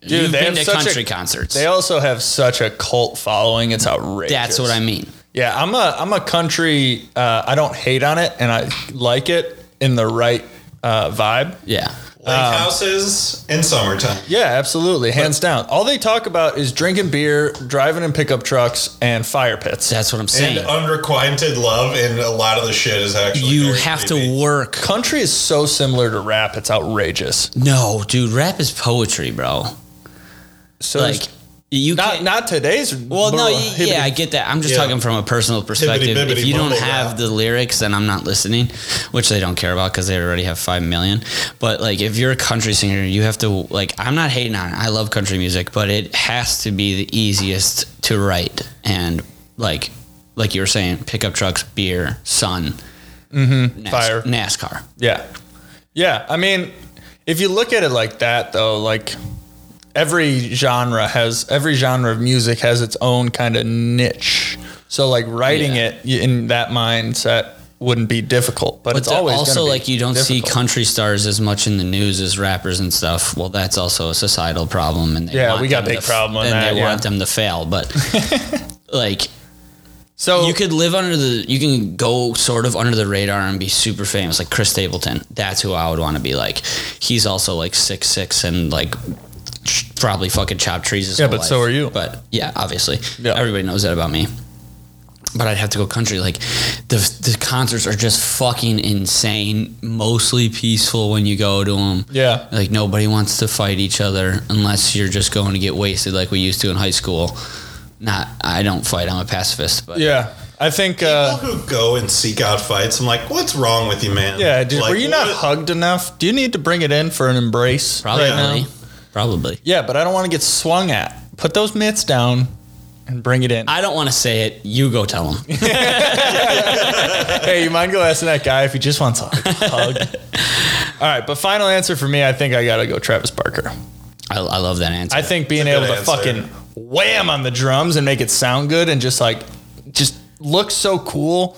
Speaker 1: dude,
Speaker 3: You've
Speaker 1: they
Speaker 3: been
Speaker 1: have
Speaker 3: to
Speaker 1: such a-
Speaker 3: country concerts.
Speaker 1: They also have such a cult following. It's outrageous.
Speaker 3: That's what I mean.
Speaker 1: Yeah, I'm a I'm a country. Uh, I don't hate on it, and I like it in the right uh, vibe.
Speaker 3: Yeah.
Speaker 4: Lake
Speaker 3: Um,
Speaker 4: houses in summertime.
Speaker 1: Yeah, absolutely, hands down. All they talk about is drinking beer, driving in pickup trucks, and fire pits.
Speaker 3: That's what I'm
Speaker 4: And
Speaker 3: saying.
Speaker 4: unrequited love, and a lot of the shit is actually.
Speaker 3: You
Speaker 4: very
Speaker 3: have
Speaker 4: creepy.
Speaker 3: to work.
Speaker 1: Country is so similar to rap; it's outrageous.
Speaker 3: No, dude, rap is poetry, bro.
Speaker 1: So
Speaker 3: Like
Speaker 1: there's-
Speaker 3: you
Speaker 1: not
Speaker 3: can't-
Speaker 1: not today's.
Speaker 3: Well, no, y- yeah, I get that. I'm just
Speaker 4: Yeah.
Speaker 3: talking from a personal perspective.
Speaker 4: bibbity
Speaker 3: if you don't
Speaker 4: bumble,
Speaker 3: have
Speaker 4: yeah.
Speaker 3: the lyrics, then I'm not listening, which they don't care about because they already have five million. But like, if you're a country singer, you have to like. I'm not hating on it. I love country music, but it has to be the easiest to write and like, like you were saying, pickup trucks, beer, sun, NAS-
Speaker 1: Fire.
Speaker 3: NASCAR.
Speaker 1: Yeah. Yeah. I mean, if you look at it like that, though, like every genre has, every genre of music has its own kind of niche. So, like, writing
Speaker 3: Yeah.
Speaker 1: it y- in that mindset wouldn't be difficult, but,
Speaker 3: But
Speaker 1: it's
Speaker 3: they're
Speaker 1: always
Speaker 3: also
Speaker 1: gonna be
Speaker 3: like you don't see
Speaker 1: difficult.
Speaker 3: country stars as much in the news as rappers and stuff. Well, that's also a societal problem, and they
Speaker 1: Yeah,
Speaker 3: want
Speaker 1: we got
Speaker 3: them
Speaker 1: big
Speaker 3: to f-
Speaker 1: problem on
Speaker 3: and
Speaker 1: that,
Speaker 3: they
Speaker 1: yeah.
Speaker 3: want them to fail, but like
Speaker 1: so
Speaker 3: you could live under the, you can go sort of under the radar and be super famous, like Chris Stapleton. That's who I would want to be like. He's also like six six and like ch- probably fucking chop trees. His
Speaker 1: Yeah,
Speaker 3: whole
Speaker 1: but so
Speaker 3: life.
Speaker 1: are you.
Speaker 3: But yeah, obviously,
Speaker 1: Yeah.
Speaker 3: everybody knows that about me. But I'd have to go country. Like the the concerts are just fucking insane. Mostly peaceful when you go to them.
Speaker 1: Yeah.
Speaker 3: like nobody wants to fight each other unless you're just going to get wasted like we used to in high school. Not, I don't fight. I'm a pacifist. But
Speaker 1: yeah. I think,
Speaker 4: People
Speaker 1: uh,
Speaker 4: who go and seek out fights, I'm like, what's wrong with you, man?
Speaker 1: yeah, dude,
Speaker 4: Like,
Speaker 1: were you not
Speaker 4: what-
Speaker 1: hugged enough? Do you need to bring it in for an embrace?
Speaker 3: Probably.
Speaker 4: Right now.
Speaker 3: Probably.
Speaker 1: Yeah, but I don't want to get swung at. Put those mitts down and bring it in.
Speaker 3: I don't want to say it. You go tell him.
Speaker 1: hey, you mind go asking that guy if he just wants a hug? All right, but final answer for me, I think I gotta go Travis Barker.
Speaker 3: I, I love that answer.
Speaker 1: I think being
Speaker 4: That's a
Speaker 1: able to
Speaker 4: good answer.
Speaker 1: fucking wham on the drums and make it sound good and just like just look so cool,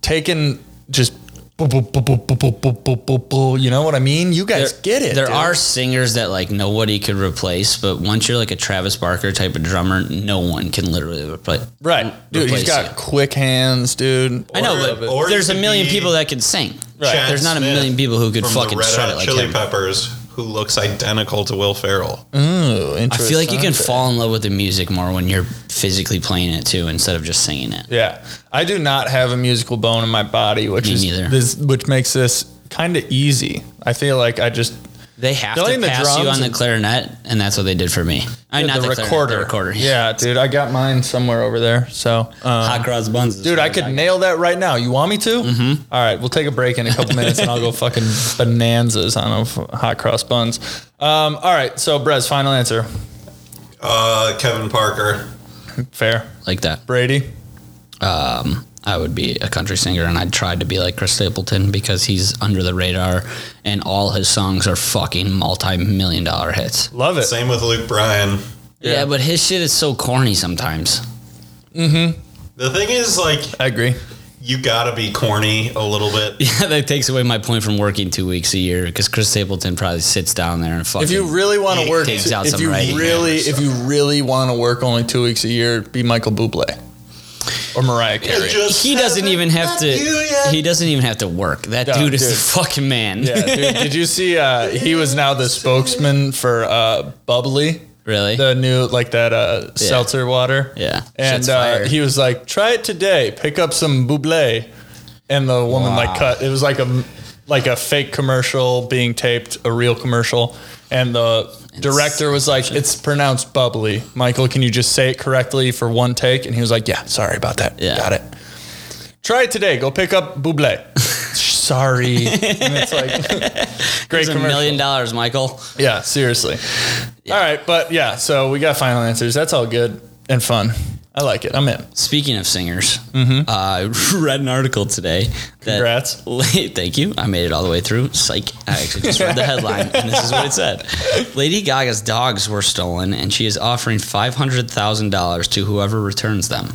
Speaker 1: taking just bo- bo- bo- bo- bo- bo- bo- bo- bo- bo- you know what I mean? You guys get it.
Speaker 3: There
Speaker 1: dude.
Speaker 3: are singers that like nobody could replace, but once you're like a Travis Barker type of drummer, no one can literally replace.
Speaker 1: right, dude. He's
Speaker 3: replace
Speaker 1: got
Speaker 3: you.
Speaker 1: quick hands, dude.
Speaker 3: I know, but
Speaker 4: or
Speaker 3: there's
Speaker 4: you
Speaker 3: a
Speaker 4: could
Speaker 3: million
Speaker 4: be
Speaker 3: people that could sing.
Speaker 4: Chad
Speaker 3: There's not a
Speaker 4: Smith
Speaker 3: million people who could
Speaker 4: from the
Speaker 3: fucking
Speaker 4: Red
Speaker 3: shred
Speaker 4: Hot
Speaker 3: it like
Speaker 4: Chili
Speaker 3: him.
Speaker 4: Peppers, who looks identical to Will Ferrell.
Speaker 1: I
Speaker 3: I feel like you can fall in love with the music more when you're physically playing it too, instead of just singing it.
Speaker 1: Yeah, I do not have a musical bone in my body, which
Speaker 3: Me
Speaker 1: is
Speaker 3: neither.
Speaker 1: this, which makes this kind of easy. I feel like I just
Speaker 3: They have
Speaker 1: Don't
Speaker 3: to
Speaker 1: even the
Speaker 3: pass you
Speaker 1: drums
Speaker 3: on the
Speaker 1: and-
Speaker 3: clarinet, and that's what they did for me. I mean, not the, clarinet, the recorder.
Speaker 1: Yeah, dude, I got mine somewhere over there. So, um,
Speaker 3: Hot cross buns. is
Speaker 1: dude,
Speaker 3: what
Speaker 1: I could nail that right now. You want me to? Mm-hmm. All right, we'll take a break in a couple minutes, and I'll go fucking bonanzas on a f- hot cross buns. Um, all right, so Brez, final answer.
Speaker 4: Uh, Kevin Parker.
Speaker 1: Fair,
Speaker 3: like that.
Speaker 1: Brady.
Speaker 3: I would be a country singer and I'd try to be like Chris Stapleton because he's under the radar and all his songs are fucking multi million dollar hits.
Speaker 1: Love it.
Speaker 4: Same with Luke Bryan.
Speaker 3: Yeah. but his shit is so corny sometimes.
Speaker 4: The thing is, like,
Speaker 1: I agree.
Speaker 4: you gotta be corny a little bit.
Speaker 3: Yeah, that takes away my point from working two weeks a year because Chris Stapleton probably sits down there and fucking.
Speaker 1: If you really want to
Speaker 3: He
Speaker 1: work,
Speaker 3: takes out
Speaker 1: if
Speaker 3: some
Speaker 1: you
Speaker 3: writing
Speaker 1: really, if you really want to work only two weeks a year, be Michael Bublé or Mariah Carey.
Speaker 3: he doesn't even have to. He doesn't even have to work. That
Speaker 1: No,
Speaker 3: dude is
Speaker 1: dude.
Speaker 3: the fucking man.
Speaker 1: yeah, dude, did you see? Uh, he was now the spokesman for uh, Bubbly,
Speaker 3: really.
Speaker 1: the new like that uh, seltzer water.
Speaker 3: yeah,
Speaker 1: and
Speaker 3: Shit's
Speaker 1: uh,
Speaker 3: fire.
Speaker 1: he was like, "Try it today. Pick up some Bublé," and the woman like cut. It was like a like a fake commercial being taped, a real commercial, and the director was like, "It's pronounced bubbly." Michael, can you just say it correctly for one take? And he was like, "Yeah, sorry about that.
Speaker 3: Yeah.
Speaker 1: Got it. Try it today. Go pick up Bublé." sorry, and it's like great
Speaker 3: Here's a
Speaker 1: commercial.
Speaker 3: million dollars, Michael.
Speaker 1: Yeah, seriously. All right, but yeah, so we got final answers. That's all good and fun. I like it. I'm in.
Speaker 3: Speaking of singers, uh, I read an article today. That,
Speaker 1: Mm-hmm. Congrats.
Speaker 3: Thank you. I made it all the way through. Psych. I actually just read the headline, and this is what it said: Lady Gaga's dogs were stolen, and she is offering five hundred thousand dollars to whoever returns them.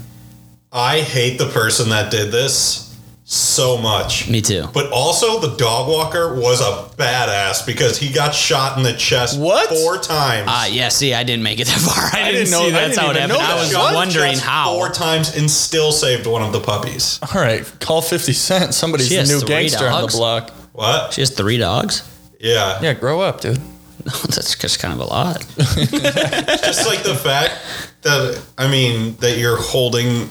Speaker 4: I hate the person that did this so much.
Speaker 3: Me too.
Speaker 4: But also, the dog walker was a badass because he got shot in the chest
Speaker 1: What?
Speaker 4: four times.
Speaker 3: Ah, yeah. See, I didn't make it that far. I, didn't,
Speaker 1: didn't know-
Speaker 3: see
Speaker 1: I
Speaker 3: that's
Speaker 1: didn't
Speaker 3: how it
Speaker 1: even
Speaker 3: happened.
Speaker 1: know
Speaker 3: I
Speaker 1: that.
Speaker 3: was
Speaker 4: Shot in the
Speaker 3: wondering
Speaker 4: chest
Speaker 3: how.
Speaker 4: Four times and still saved one of the puppies.
Speaker 1: All right, call 50 Cent. Somebody's
Speaker 3: She
Speaker 1: the
Speaker 3: has
Speaker 1: new
Speaker 3: three
Speaker 1: gangster on the
Speaker 3: dogs.
Speaker 1: block.
Speaker 4: What?
Speaker 3: She has three dogs.
Speaker 4: Yeah.
Speaker 1: Yeah, grow up, dude.
Speaker 3: That's just kind of a lot.
Speaker 4: Just like the fact that, I mean, that you're holding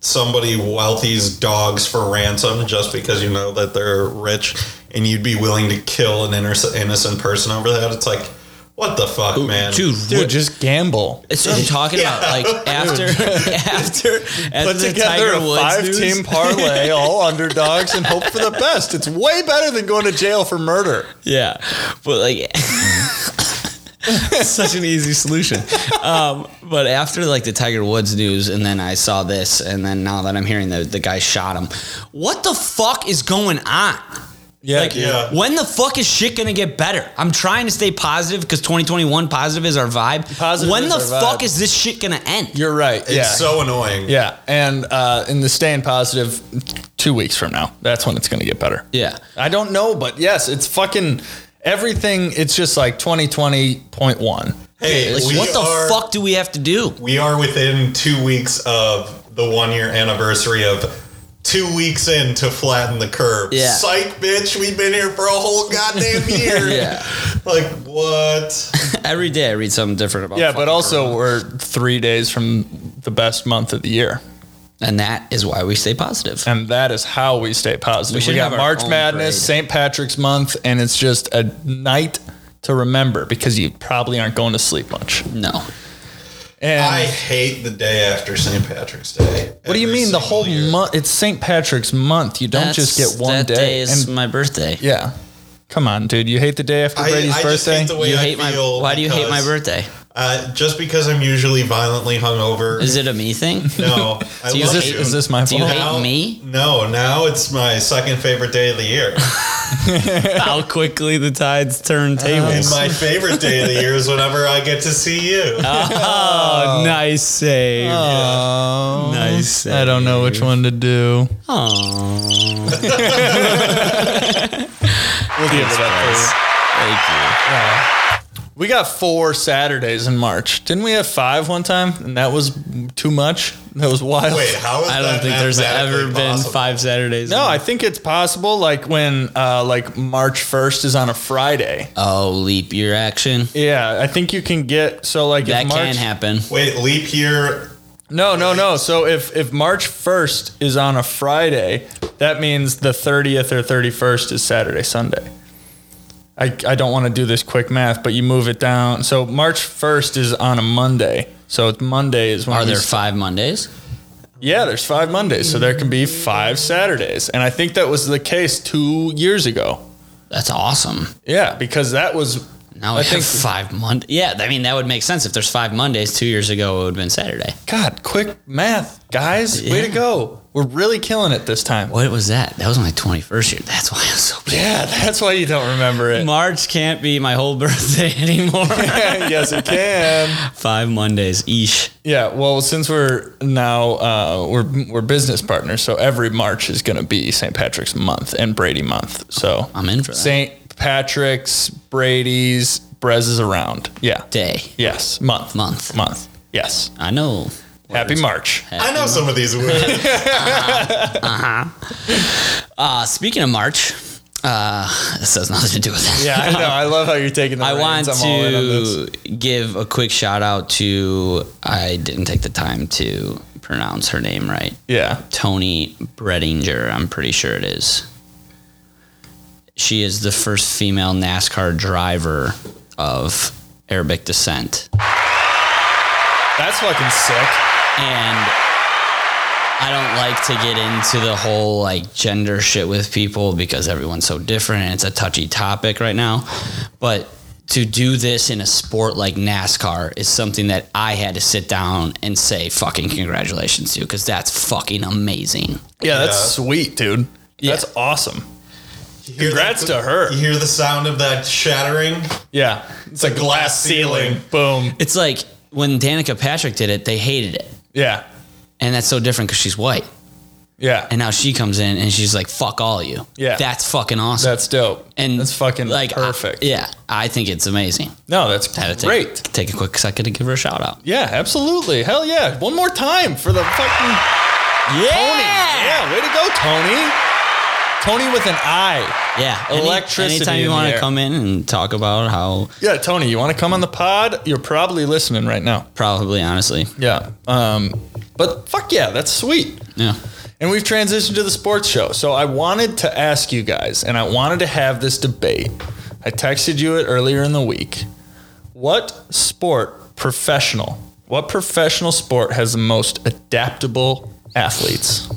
Speaker 4: somebody wealthy's dogs for ransom just because you know that they're rich and you'd be willing to kill an inner- innocent person over that. It's like, what the fuck, man?
Speaker 3: dude.
Speaker 1: Dude,
Speaker 3: what-
Speaker 1: just gamble.
Speaker 3: That's what I'm talking about. Like after, after, after
Speaker 1: Put
Speaker 3: the
Speaker 1: together
Speaker 3: Tiger
Speaker 1: a
Speaker 3: Woods
Speaker 1: five
Speaker 3: news,
Speaker 1: team parlay, all underdogs, and hope for the best. It's way better than going to jail for murder.
Speaker 3: Yeah, but like, such an easy solution. Um, but after like the Tiger Woods news, and then I saw this, and then now that I'm hearing that the guy shot him, what the fuck is going on?
Speaker 1: Yeah,
Speaker 3: Like,
Speaker 1: dude.
Speaker 4: yeah.
Speaker 3: when the fuck is shit gonna get better? I'm trying to stay positive because 2021 positive is our vibe.
Speaker 1: Positive
Speaker 3: when
Speaker 1: is
Speaker 3: the
Speaker 1: our
Speaker 3: fuck
Speaker 1: vibe.
Speaker 3: is this shit gonna end?
Speaker 1: you're right.
Speaker 4: It's
Speaker 1: yeah.
Speaker 4: so annoying.
Speaker 1: yeah, and uh, in the staying positive, two weeks from now, that's when it's going to get better.
Speaker 3: yeah,
Speaker 1: I don't know, but yes, it's fucking everything. It's just like 2020.1.
Speaker 4: Hey,
Speaker 3: like
Speaker 4: we
Speaker 3: what the
Speaker 4: are-
Speaker 3: fuck do we have to do?
Speaker 4: We are within two weeks of the one year anniversary of two weeks in to flatten the curve.
Speaker 3: Yeah.
Speaker 4: Psych, bitch. We've been here for a whole goddamn year.
Speaker 3: Yeah.
Speaker 4: Like, what?
Speaker 3: Every day I read something different about.
Speaker 1: Yeah,
Speaker 3: fucking
Speaker 1: but also
Speaker 3: corona.
Speaker 1: we're three days from the best month of the year,
Speaker 3: and that is why we stay positive.
Speaker 1: and that is how we stay positive. We,
Speaker 3: should
Speaker 1: got
Speaker 3: have our
Speaker 1: March
Speaker 3: own
Speaker 1: Madness,
Speaker 3: parade.
Speaker 1: St. Patrick's Month, and it's just a night to remember because you probably aren't going to sleep much.
Speaker 3: No,
Speaker 1: And
Speaker 4: I hate the day after St. Patrick's Day.
Speaker 1: what do you mean the whole month? It's St. Patrick's Month. You don't just
Speaker 3: That's-
Speaker 1: get one
Speaker 3: that
Speaker 1: day.
Speaker 3: is
Speaker 1: and
Speaker 3: my birthday.
Speaker 1: yeah, come on, dude. You hate the day after
Speaker 4: I,
Speaker 1: Brady's
Speaker 4: I just
Speaker 1: birthday.
Speaker 4: hate the way
Speaker 3: You
Speaker 4: I
Speaker 3: hate my.
Speaker 4: feel
Speaker 3: Why do you hate my
Speaker 4: because,
Speaker 3: birthday?
Speaker 4: Uh, just because I'm usually violently hungover.
Speaker 3: Is it a me thing?
Speaker 4: no, I
Speaker 3: Do you
Speaker 4: love
Speaker 1: is this
Speaker 4: you.
Speaker 1: is this my
Speaker 3: Do you
Speaker 1: fault?
Speaker 3: hate me?
Speaker 4: No, now it's my second favorite day of the year.
Speaker 3: How quickly the tides turn
Speaker 4: and Oh my favorite day of the year is whenever I get to see you.
Speaker 1: Ah,
Speaker 3: Oh, nice save.
Speaker 1: Oh,
Speaker 3: Nice
Speaker 1: I don't know which one to do.
Speaker 3: Aw.
Speaker 1: We'll give it up. for you.
Speaker 3: Thank you.
Speaker 1: We got four Saturdays in March. Didn't we have five one time? And that was too much. That was wild.
Speaker 4: Wait, how is
Speaker 3: I don't
Speaker 4: that
Speaker 3: think there's
Speaker 4: mathematically
Speaker 3: ever been
Speaker 4: possible?
Speaker 3: five Saturdays.
Speaker 1: No, I think it's possible. Like when, uh, like March first is on a Friday.
Speaker 3: Oh, leap year action.
Speaker 1: Yeah, I think you can get so like
Speaker 3: That
Speaker 1: if March,
Speaker 3: can happen.
Speaker 4: Wait, leap year.
Speaker 1: No, no, no. So if if March first is on a Friday, that means the thirtieth or thirty first is Saturday, Sunday. I, I don't want to do this quick math, but you move it down. So March first is on a Monday. So it's Monday is when
Speaker 3: Are
Speaker 1: we
Speaker 3: there five Mondays?
Speaker 1: Yeah, there's five Mondays, so there can be five Saturdays. And I think that was the case two years ago.
Speaker 3: That's awesome.
Speaker 1: Yeah, because that was
Speaker 3: Now we
Speaker 1: I
Speaker 3: have
Speaker 1: think-
Speaker 3: five Mondays. Yeah, I mean that would make sense if there's five Mondays. Two years ago, it would have been Saturday.
Speaker 1: God, quick math, guys. Way to
Speaker 3: Yeah.
Speaker 1: go. We're really killing it this time.
Speaker 3: What was that? That was my 21st year. That's why I'm so.
Speaker 1: Yeah, that's why you don't remember it.
Speaker 3: March can't be my whole birthday anymore.
Speaker 1: yes, it can.
Speaker 3: five Mondays each.
Speaker 1: Yeah. Well, since we're now uh, we're we're business partners, so every March is going to be St. Patrick's month and Brady month. So
Speaker 3: I'm in for that.
Speaker 1: St. Patrick's, Brady's, Brez is around. Yeah.
Speaker 3: Day.
Speaker 1: Yes. Month.
Speaker 3: Month.
Speaker 1: Month. Yes.
Speaker 3: I know.
Speaker 1: Happy March.
Speaker 4: I know some of these words.
Speaker 3: Uh, speaking of March, uh, this has nothing to do with that.
Speaker 1: Yeah, I know. I love how you're taking the
Speaker 3: I
Speaker 1: reins.
Speaker 3: want
Speaker 1: I'm all in on this.
Speaker 3: to give a quick shout out to I didn't take the time to pronounce her name right.
Speaker 1: Yeah.
Speaker 3: Tony Bredinger, I'm pretty sure it is. She is the first female NASCAR driver of Arabic descent.
Speaker 1: That's fucking sick.
Speaker 3: And I don't like to get into the whole like gender shit with people because everyone's so different and it's a touchy topic right now. But to do this in a sport like NASCAR is something that I had to sit down and say fucking congratulations to because that's fucking amazing.
Speaker 1: Yeah, that's
Speaker 4: Yeah.
Speaker 1: sweet, dude. That's awesome. Congrats to her.
Speaker 4: You hear the sound of that shattering?
Speaker 1: Yeah. It's a glass ceiling. Boom.
Speaker 3: It's like when Danica Patrick did it, they hated it.
Speaker 1: Yeah.
Speaker 3: And that's so different because she's white.
Speaker 1: Yeah.
Speaker 3: And now she comes in and she's like, fuck all of you.
Speaker 1: Yeah.
Speaker 3: That's fucking awesome.
Speaker 1: That's dope.
Speaker 3: and
Speaker 1: that's fucking
Speaker 3: like, I-
Speaker 1: perfect.
Speaker 3: yeah. I think it's amazing.
Speaker 1: No, that's
Speaker 3: Had to take,
Speaker 1: great.
Speaker 3: Take a quick second to give her a shout out.
Speaker 1: Yeah, absolutely. Hell yeah. One more time for the fucking Tony. Yeah, way to go, Tony. Tony with an I.
Speaker 3: Yeah. Any-
Speaker 1: Electricity
Speaker 3: Anytime
Speaker 1: in
Speaker 3: you
Speaker 1: the
Speaker 3: want
Speaker 1: air.
Speaker 3: to come in and talk about how
Speaker 1: Yeah, Tony, you want to come on the pod? You're probably listening right now.
Speaker 3: probably honestly.
Speaker 1: Yeah. Um, but fuck yeah, that's sweet.
Speaker 3: Yeah.
Speaker 1: And we've transitioned to the sports show. So I wanted to ask you guys, and I wanted to have this debate. I texted you it earlier in the week. What sport professional, what professional sport has the most adaptable athletes?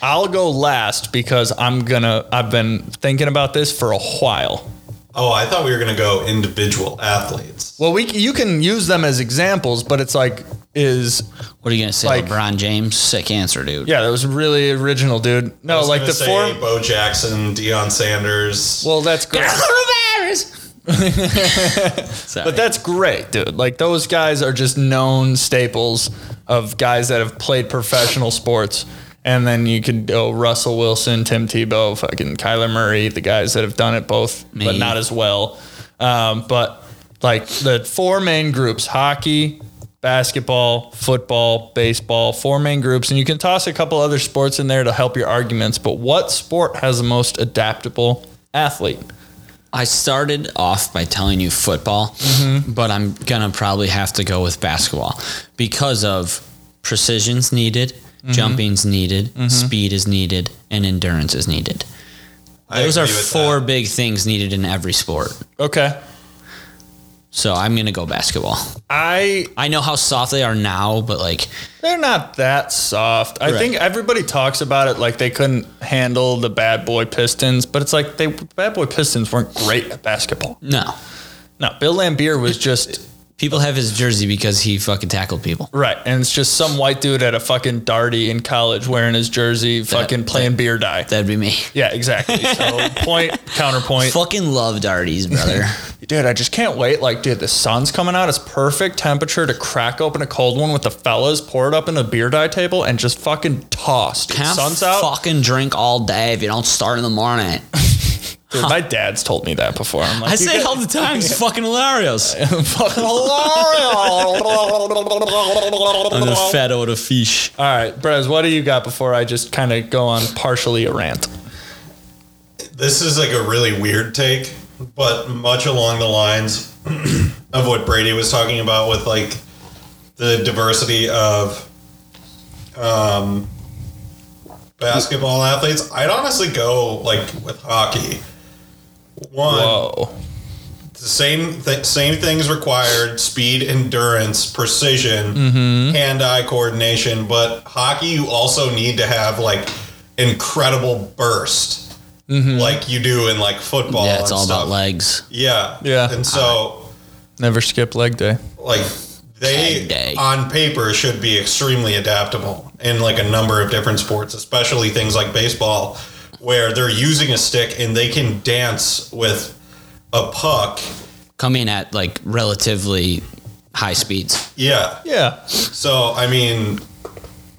Speaker 1: I'll go last because I'm gonna, I've been thinking about this for a while.
Speaker 4: Oh, I thought we were gonna go individual athletes.
Speaker 1: Well, we, c- you can use them as examples, but it's like, is,
Speaker 3: What are you gonna say,
Speaker 1: Like-
Speaker 3: LeBron James? Sick answer, dude.
Speaker 1: yeah, that was really original, dude.
Speaker 4: I
Speaker 1: No,
Speaker 4: was
Speaker 1: Oh, like
Speaker 4: gonna
Speaker 1: the
Speaker 4: say
Speaker 1: form.
Speaker 4: Bo Jackson, Deion Sanders.
Speaker 1: Well, that's great.
Speaker 3: Coronavirus. Sorry.
Speaker 1: But that's great, dude. Like those guys are just known staples of guys that have played professional sports. And then you could go Russell Wilson, Tim Tebow, fucking Kyler Murray, the guys that have done it both, but
Speaker 3: Me.
Speaker 1: not as well. Um, but like the four main groups hockey, basketball, football, baseball, four main groups. And you can toss a couple other sports in there to help your arguments. But what sport has the most adaptable athlete?
Speaker 3: I started off by telling you football, but I'm gonna probably have to go with basketball because of precision's needed, jumping's needed, speed is needed, and endurance is needed.
Speaker 4: I
Speaker 3: Those are
Speaker 4: agree with
Speaker 3: four
Speaker 4: that.
Speaker 3: big things needed in every sport.
Speaker 1: Okay.
Speaker 3: So I'm gonna go basketball.
Speaker 1: I
Speaker 3: I know how soft they are now, but like
Speaker 1: They're not that soft. I
Speaker 3: Right.
Speaker 1: think everybody talks about it like they couldn't handle the bad boy Pistons, but it's like they bad boy Pistons weren't great at basketball.
Speaker 3: no,
Speaker 1: No, Bill Lambier was just
Speaker 3: people have his jersey because he fucking tackled people.
Speaker 1: right, and it's just some white dude at a fucking darty in college wearing his jersey, fucking playing beer die.
Speaker 3: That'd be me.
Speaker 1: yeah, exactly. So point counterpoint.
Speaker 3: Fucking love darties, brother.
Speaker 1: Dude, I just can't wait. Like, dude, the sun's coming out. It's perfect temperature to crack open a cold one with the fellas, pour it up in a beer die table, and just fucking toss. Dude,
Speaker 3: Can't
Speaker 1: sun's out.
Speaker 3: fucking drink all day if you don't start in the morning.
Speaker 1: Dude, my dad's told me that before. I'm like,
Speaker 3: I
Speaker 1: you
Speaker 3: say it all the time. It's fucking hilarious.
Speaker 1: fucking All
Speaker 3: fat old fish.
Speaker 1: right, Brez, what do you got before I just kind of go on partially a rant?
Speaker 4: This is like a really weird take, but much along the lines of what Brady was talking about with like the diversity of um, basketball athletes. I'd honestly go like with hockey. One,
Speaker 1: Whoa.
Speaker 4: the same th- same things required: speed, endurance, precision, hand-eye coordination. But hockey, you also need to have like incredible burst. like you do in like football.
Speaker 3: yeah, it's
Speaker 4: and
Speaker 3: all
Speaker 4: stuff.
Speaker 3: about legs.
Speaker 4: Yeah,
Speaker 1: Yeah.
Speaker 4: And so
Speaker 1: Never skip leg day.
Speaker 4: like
Speaker 3: Leg
Speaker 4: they
Speaker 3: day.
Speaker 4: on paper should be extremely adaptable in like a number of different sports, especially things like baseball, where they're using a stick and they can dance with a puck.
Speaker 3: Come in at like relatively high speeds.
Speaker 4: Yeah.
Speaker 1: Yeah.
Speaker 4: So I mean,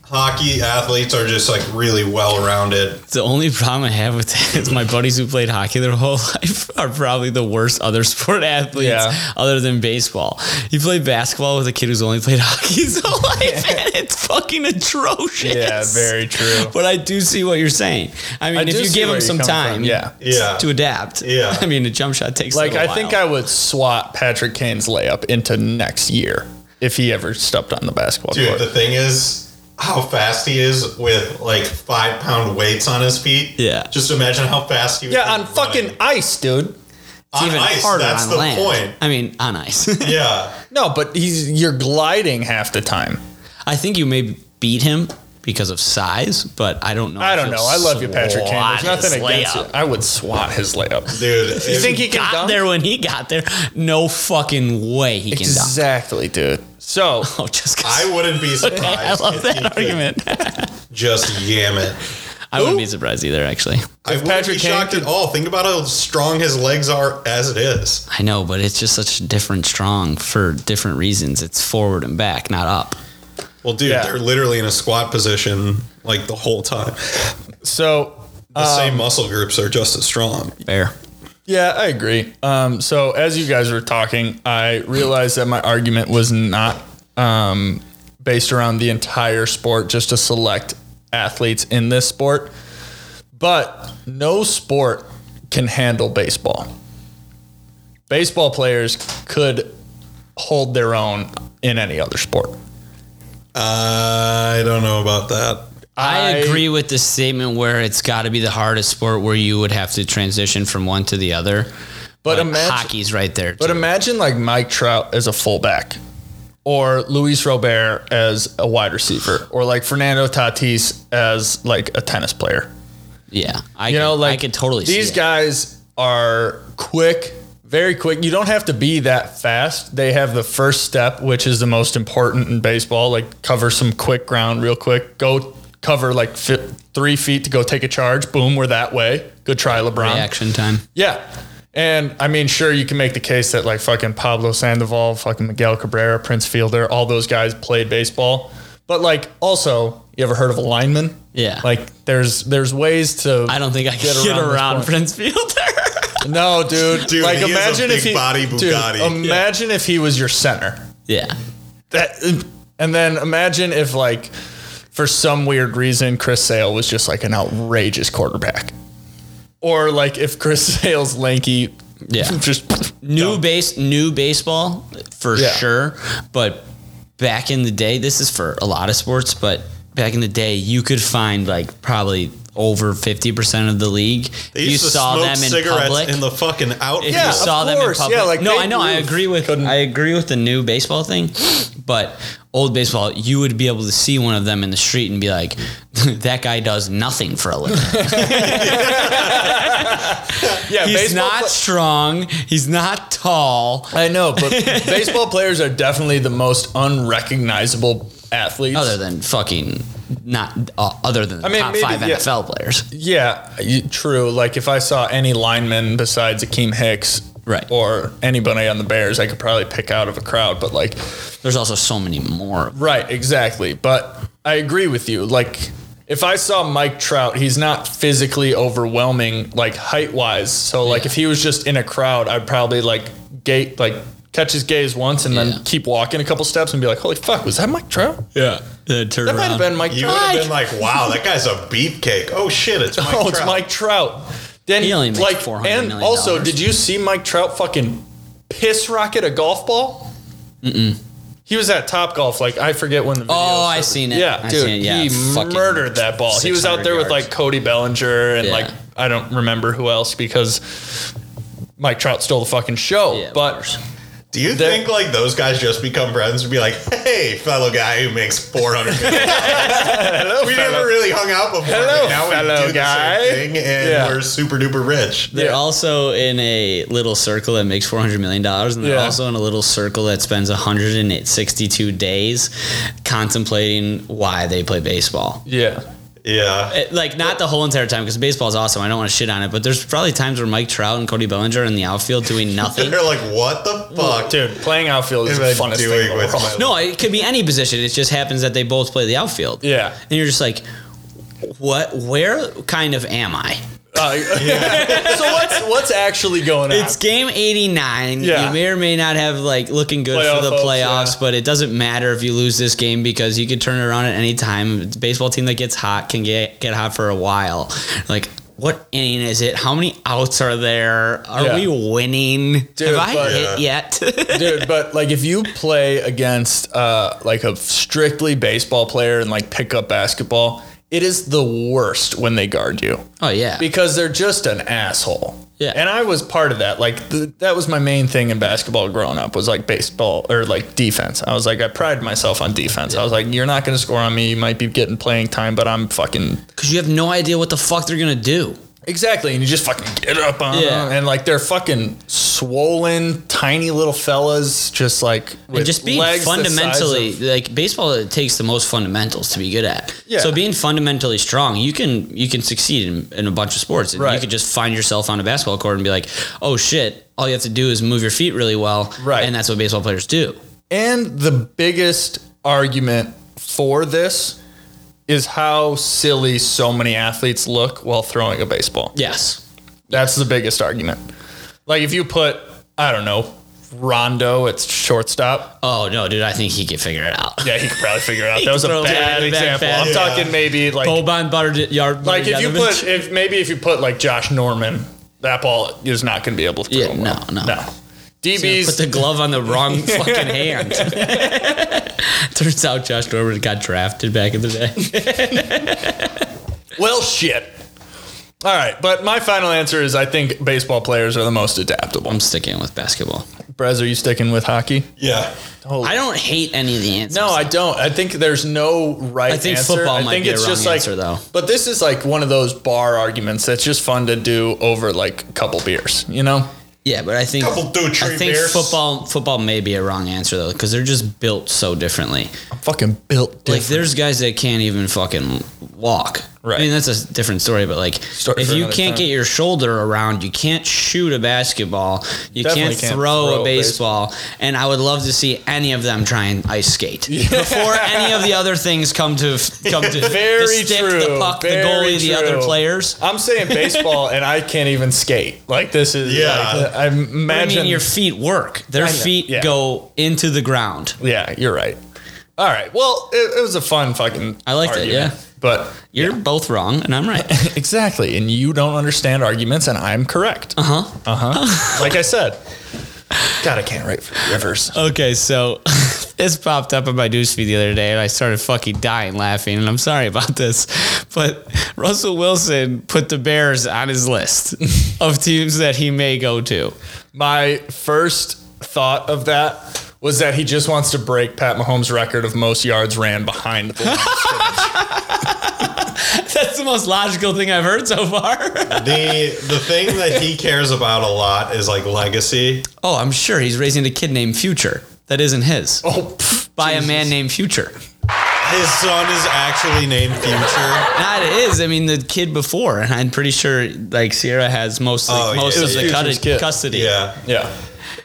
Speaker 4: hockey athletes are just like really well rounded.
Speaker 3: The only problem I have with that is my buddies who played hockey their whole life are probably the worst other sport athletes
Speaker 1: Yeah.
Speaker 3: other than baseball. You play basketball with a kid who's only played hockey his whole life, and it's fucking atrocious.
Speaker 1: Yeah, very true.
Speaker 3: But I do see what you're saying. I mean,
Speaker 1: I
Speaker 3: if
Speaker 1: do
Speaker 3: you
Speaker 1: see
Speaker 3: give
Speaker 1: where
Speaker 3: them
Speaker 1: you're
Speaker 3: some
Speaker 1: coming from,
Speaker 3: time,
Speaker 1: yeah.
Speaker 4: Yeah.
Speaker 3: to adapt.
Speaker 4: Yeah.
Speaker 3: I mean, a jump shot takes
Speaker 1: Like
Speaker 3: a little
Speaker 1: I think
Speaker 3: while.
Speaker 1: I would swap Patrick Kane's layup into next year if he ever stepped on the basketball
Speaker 4: Dude,
Speaker 1: court.
Speaker 4: the thing is how fast he is with like five pound weights on his feet.
Speaker 3: Yeah.
Speaker 4: Just imagine how fast he was.
Speaker 1: yeah, on fucking ice, dude.
Speaker 3: It's
Speaker 4: on
Speaker 3: even
Speaker 4: ice,
Speaker 3: harder
Speaker 4: that's
Speaker 3: on
Speaker 4: the
Speaker 3: land.
Speaker 4: point.
Speaker 3: I mean, on ice.
Speaker 4: Yeah.
Speaker 1: No, but he's you're gliding half the time.
Speaker 3: I think you may beat him because of size, but I don't know.
Speaker 1: I
Speaker 3: if
Speaker 1: don't
Speaker 3: you'll
Speaker 1: know. I love you, Patrick Kane.
Speaker 3: swat
Speaker 1: There's nothing
Speaker 3: his
Speaker 1: against
Speaker 3: layup.
Speaker 1: it. I would swat his layup.
Speaker 4: Dude.
Speaker 1: You think he can
Speaker 3: Got
Speaker 1: dunk?
Speaker 3: there when he got there. No fucking way he can dunk.
Speaker 1: Exactly, dude. So
Speaker 3: Oh, just 'cause-
Speaker 4: I wouldn't be surprised.
Speaker 3: I love
Speaker 4: if he
Speaker 3: that
Speaker 4: could
Speaker 3: argument.
Speaker 4: Just yam it.
Speaker 3: I wouldn't be surprised either, actually.
Speaker 4: I wouldn't
Speaker 1: Patrick
Speaker 4: be
Speaker 1: Kane
Speaker 4: shocked
Speaker 1: could-
Speaker 4: at all. Think about how strong his legs are as it is.
Speaker 3: I know, but it's just such a different strong for different reasons. It's forward and back, not up.
Speaker 4: Well, dude,
Speaker 1: Yeah.
Speaker 4: they're literally in a squat position like the whole time.
Speaker 1: so
Speaker 4: The same muscle groups are just as strong.
Speaker 3: Fair.
Speaker 1: yeah, I agree. Um, so as you guys were talking, I realized that my argument was not um, based around the entire sport, just to select athletes in this sport. But no sport can handle baseball. Baseball players could hold their own in any other sport.
Speaker 4: I don't know about that.
Speaker 3: I agree with the statement where it's got to be the hardest sport where you would have to transition from one to the other.
Speaker 1: but
Speaker 3: But
Speaker 1: imagine
Speaker 3: hockey's right there.
Speaker 1: But
Speaker 3: too.
Speaker 1: imagine like Mike Trout as a fullback, or Luis Robert as a wide receiver, or like Fernando Tatis as like a tennis player.
Speaker 3: yeah, I
Speaker 1: You know, like
Speaker 3: I could totally
Speaker 1: these
Speaker 3: see it.
Speaker 1: guys are quick, very quick. You don't have to be that fast. They have the first step, which is the most important in baseball. Like cover some quick ground real quick. Go cover like fi- three feet to go take a charge. Boom, we're that way. Good try, LeBron.
Speaker 3: reaction time.
Speaker 1: Yeah. And I mean, sure, you can make the case that like fucking Pablo Sandoval, fucking Miguel Cabrera, Prince Fielder, all those guys played baseball. But like, also, you ever heard of a lineman?
Speaker 3: Yeah.
Speaker 1: Like, there's there's ways to.
Speaker 3: I don't think I could
Speaker 1: around
Speaker 3: get
Speaker 1: this
Speaker 3: around,
Speaker 1: point.
Speaker 3: Prince Fielder.
Speaker 1: No, dude.
Speaker 4: Dude,
Speaker 1: like,
Speaker 4: he is a
Speaker 1: imagine if
Speaker 4: big
Speaker 1: he
Speaker 4: body
Speaker 1: dude,
Speaker 4: Bugatti.
Speaker 1: imagine if he was your center.
Speaker 3: yeah,
Speaker 1: That, and then imagine if like, for some weird reason, Chris Sale was just like an outrageous quarterback, or like if Chris Sale's lanky.
Speaker 3: Yeah.
Speaker 1: Just
Speaker 3: new base, new baseball for
Speaker 1: Yeah.
Speaker 3: sure. But back in the day, this is for a lot of sports. But back in the day, you could find like probably over fifty percent of the league.
Speaker 4: They
Speaker 3: you
Speaker 4: used to
Speaker 3: saw
Speaker 4: smoke
Speaker 3: them in
Speaker 4: cigarettes
Speaker 3: public.
Speaker 4: in the fucking outfield.
Speaker 3: if
Speaker 1: Yeah,
Speaker 3: you
Speaker 1: of
Speaker 3: saw them in
Speaker 1: course.
Speaker 3: public.
Speaker 1: Yeah, like,
Speaker 3: no,
Speaker 1: Babe
Speaker 3: I know. I
Speaker 1: Ruth
Speaker 3: agree with
Speaker 1: couldn't-
Speaker 3: I agree with the new baseball thing, but old baseball, you would be able to see one of them in the street and be like, "That guy does nothing for a living.
Speaker 1: Yeah,
Speaker 3: He's
Speaker 1: baseball
Speaker 3: not
Speaker 1: pla-
Speaker 3: strong. He's not tall."
Speaker 1: I know, but baseball players are definitely the most unrecognizable athletes.
Speaker 3: Other than fucking not, uh, other than the
Speaker 1: I mean,
Speaker 3: top
Speaker 1: maybe,
Speaker 3: five
Speaker 1: yeah.
Speaker 3: NFL players.
Speaker 1: yeah, you- true. Like if I saw any lineman besides Akeem Hicks,
Speaker 3: Right.
Speaker 1: or anybody on the Bears, I could probably pick out of a crowd. But like,
Speaker 3: There's also so many more.
Speaker 1: right, exactly. But I agree with you. Like if I saw Mike Trout, he's not physically overwhelming, like height wise. So like
Speaker 3: Yeah.
Speaker 1: if he was just in a crowd, I'd probably like gate like. Catch his gaze once and
Speaker 3: Yeah.
Speaker 1: then keep walking a couple steps and be like, "Holy fuck, was that Mike Trout?
Speaker 3: Yeah, turn
Speaker 1: That might have been Mike
Speaker 4: You would
Speaker 1: Trout.
Speaker 4: have been like, wow, that guy's a beefcake. Oh shit, it's Mike
Speaker 1: oh,
Speaker 4: Trout.
Speaker 1: it's Mike Trout. Then
Speaker 3: He only makes
Speaker 1: like,
Speaker 3: $400
Speaker 1: and
Speaker 3: million.
Speaker 1: also, did you see Mike Trout fucking piss rocket a golf ball? Mm-mm. He was at Top Golf. Like I forget when the video.
Speaker 3: Oh, I
Speaker 1: started.
Speaker 3: seen it.
Speaker 1: Yeah,
Speaker 3: I
Speaker 1: dude,
Speaker 3: seen it. Yeah,
Speaker 1: he
Speaker 3: fucking
Speaker 1: murdered that ball. He was out
Speaker 3: 600
Speaker 1: there with
Speaker 3: yards.
Speaker 1: like Cody Bellinger and
Speaker 3: Yeah.
Speaker 1: like I don't remember who else because Mike Trout stole the fucking show.
Speaker 3: Yeah, of
Speaker 1: but
Speaker 3: course.
Speaker 4: Do you
Speaker 1: They're-
Speaker 4: think like those guys just become friends and be like, "Hey, fellow guy who makes four hundred Hello, we
Speaker 1: fellow-
Speaker 4: never really hung out before.
Speaker 1: Hello,
Speaker 4: but now
Speaker 1: fellow
Speaker 4: we do
Speaker 1: guy."
Speaker 4: the same thing, and
Speaker 1: Yeah.
Speaker 4: we're super duper rich.
Speaker 3: They're also in a little circle that makes four hundred million dollars, and they're
Speaker 1: Yeah.
Speaker 3: also in a little circle that spends one hundred and sixty-two days contemplating why they play baseball.
Speaker 1: Yeah.
Speaker 4: Yeah,
Speaker 3: It- like not the whole entire time because baseball is awesome. I don't want to shit on it, but there's probably times where Mike Trout and Cody Bellinger are in the outfield doing nothing.
Speaker 4: they're like, "What the fuck?"
Speaker 1: Dude, playing outfield is
Speaker 4: Am
Speaker 1: the
Speaker 4: I
Speaker 1: funnest
Speaker 4: doing
Speaker 1: thing in the
Speaker 4: with
Speaker 1: world.
Speaker 4: my-
Speaker 3: no, it could be any position. It just happens that they both play the outfield.
Speaker 1: Yeah.
Speaker 3: and you're just like, what? Where kind of am I?
Speaker 1: Uh, so what's what's actually going on?
Speaker 3: It's game 89.
Speaker 1: Yeah.
Speaker 3: You may or may not have like looking good
Speaker 1: Playoff
Speaker 3: for the
Speaker 1: hopes,
Speaker 3: playoffs,
Speaker 1: yeah.
Speaker 3: but it doesn't matter if you lose this game because you could turn it around at any time. It's a baseball team that gets hot can get get hot for a while. Like what inning is it? How many outs are there? Are
Speaker 1: Yeah.
Speaker 3: we winning?
Speaker 1: Dude,
Speaker 3: have I
Speaker 1: but-
Speaker 3: hit yet?
Speaker 1: dude but like if you play against uh like a strictly baseball player and like pick up basketball it is the worst when they guard you
Speaker 3: oh yeah.
Speaker 1: because they're just an asshole
Speaker 3: Yeah.
Speaker 1: and i was part of that like th- that was my main thing in basketball growing up was like baseball or like defense i was like i prided myself on defense i was like you're not going to score on me you might be getting playing time but i'm fucking
Speaker 3: Because you have no idea what the fuck they're gonna do.
Speaker 1: Exactly, and you just fucking get up on
Speaker 3: Yeah.
Speaker 1: them, and like they're fucking swollen, tiny little fellas, just like with
Speaker 3: and just being
Speaker 1: legs the size
Speaker 3: fundamentally
Speaker 1: of-
Speaker 3: like baseball it takes the most fundamentals to be good at
Speaker 1: Yeah.
Speaker 3: so being fundamentally strong you can you can succeed in, in a bunch of sports and you
Speaker 1: Right.
Speaker 3: could just find yourself on a basketball court and be like oh shit all you have to do is move your feet really well
Speaker 1: Right.
Speaker 3: and that's what baseball players do
Speaker 1: and the biggest argument for this is how silly so many athletes look while throwing a baseball.
Speaker 3: yes
Speaker 1: That's the biggest argument. Like if you put, I don't know, Rondo at shortstop,
Speaker 3: oh no dude i think he can figure it out
Speaker 1: yeah, he could probably figure it out. That was a
Speaker 3: Throw it
Speaker 1: bad
Speaker 3: back, back,
Speaker 1: example.
Speaker 3: back.
Speaker 1: I'm
Speaker 3: Yeah.
Speaker 1: talking maybe like
Speaker 3: Boban Butter Yard
Speaker 1: Like if you put if maybe if you put like Josh Norman, that ball is not going to be able to.
Speaker 3: Yeah,
Speaker 1: go
Speaker 3: no,
Speaker 1: well.
Speaker 3: no.
Speaker 1: no.
Speaker 3: put
Speaker 1: DBs,
Speaker 3: the glove on the wrong fucking hand turns out Josh Norman got drafted back in the day
Speaker 1: well, shit. All right, but my final answer is I think baseball players are the most adaptable.
Speaker 3: I'm sticking with basketball
Speaker 1: Brez, are you sticking with hockey?
Speaker 4: Yeah,
Speaker 3: I don't hate any of the answers.
Speaker 1: No, I don't. I think there's no right.
Speaker 3: I think
Speaker 1: answer.
Speaker 3: football might be a wrong
Speaker 1: like,
Speaker 3: answer, though.
Speaker 1: But this is like one of those bar arguments that's just fun to do over like a couple beers, you know?
Speaker 3: yeah, but I think
Speaker 4: Couple two, three
Speaker 3: I think
Speaker 4: beers.
Speaker 3: football football may be a wrong answer though because they're just built so differently.
Speaker 1: I'm fucking built
Speaker 3: Like
Speaker 1: different.
Speaker 3: there's guys that can't even fucking walk.
Speaker 1: Right.
Speaker 3: I mean that's a different story, but like
Speaker 1: Story
Speaker 3: if
Speaker 1: for
Speaker 3: you
Speaker 1: another
Speaker 3: can't
Speaker 1: time.
Speaker 3: get your shoulder around, you can't shoot a basketball, you
Speaker 1: Definitely
Speaker 3: can't,
Speaker 1: can't
Speaker 3: throw,
Speaker 1: throw
Speaker 3: a
Speaker 1: a
Speaker 3: baseball, and I would love to see any of them try and ice skate before any of the other things come to come to
Speaker 1: Very
Speaker 3: the stick, the
Speaker 1: true,
Speaker 3: puck,
Speaker 1: very
Speaker 3: the goalie, the other
Speaker 1: true.
Speaker 3: players.
Speaker 1: I'm saying baseball, and I can't even skate. Like this is
Speaker 4: Yeah.
Speaker 1: like, I imagine
Speaker 3: I mean, your feet work. Their
Speaker 1: I know,
Speaker 3: feet
Speaker 1: yeah.
Speaker 3: go into the ground.
Speaker 1: Yeah, you're right. All right. Well, it, it was a fun fucking.
Speaker 3: I liked it,
Speaker 1: argument,
Speaker 3: yeah.
Speaker 1: But
Speaker 3: You're both wrong, and I'm right.
Speaker 1: exactly, and you don't understand arguments, and I'm correct. Uh
Speaker 3: Uh-huh.
Speaker 1: huh. Uh huh. like I said. God, I can't write for Rivers.
Speaker 3: okay, so this popped up on my newsfeed the other day, and I started fucking dying laughing. And I'm sorry about this, but Russell Wilson put the Bears on his list of teams that he may go to.
Speaker 1: My first thought of that was that he just wants to break Pat Mahomes' record of most yards ran behind the line.
Speaker 3: That's the most logical thing I've heard so far.
Speaker 4: the the thing that he cares about a lot is like legacy.
Speaker 3: oh, I'm sure he's raising a kid named Future. That isn't his.
Speaker 1: oh, pff,
Speaker 3: by a man named Future.
Speaker 4: His son is actually named Future.
Speaker 3: Not it is. I mean, the kid before, and I'm pretty sure like Sierra has most
Speaker 4: Oh,
Speaker 3: most
Speaker 4: yeah,
Speaker 3: of the
Speaker 4: yeah.
Speaker 3: cut-
Speaker 1: Future's kid.
Speaker 3: custody.
Speaker 4: Yeah,
Speaker 1: yeah.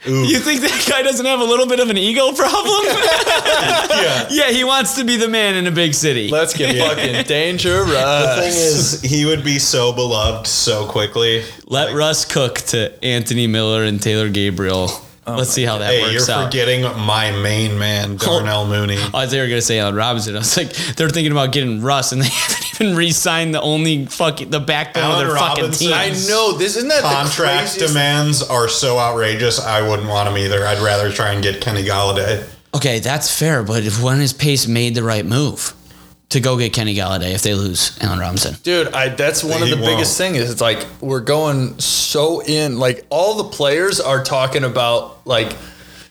Speaker 3: You think that guy doesn't have a little bit of an ego problem?
Speaker 4: yeah.
Speaker 3: yeah, he wants to be the man in a big city.
Speaker 1: Let's get fucking dangerous.
Speaker 4: The thing is, he would be so beloved so quickly.
Speaker 3: Let Russ cook to Anthony Miller and Taylor Gabriel. Let's see how that
Speaker 4: Oh Hey, you're
Speaker 3: works out.
Speaker 4: forgetting my main man, Darnell Mooney.
Speaker 3: I thought they were gonna say Allen Robinson. I was like, they're thinking about getting Russ, and they haven't even re-signed the only fucking the backbone
Speaker 4: Allen
Speaker 3: of their
Speaker 4: Robinson.
Speaker 3: fucking
Speaker 1: I
Speaker 3: team.
Speaker 1: know this isn't that the
Speaker 4: Contract
Speaker 1: craziest-
Speaker 4: demands are so outrageous. I wouldn't want him either. I'd rather try and get Kenny Galladay.
Speaker 3: Okay, that's fair, but if when has Pace made the right move to go get Kenny Galladay if they lose Allen Robinson?
Speaker 1: Dude, I that's one of
Speaker 4: He
Speaker 1: the
Speaker 4: won't.
Speaker 1: biggest things. It's like we're going so in. Like all the players are talking about like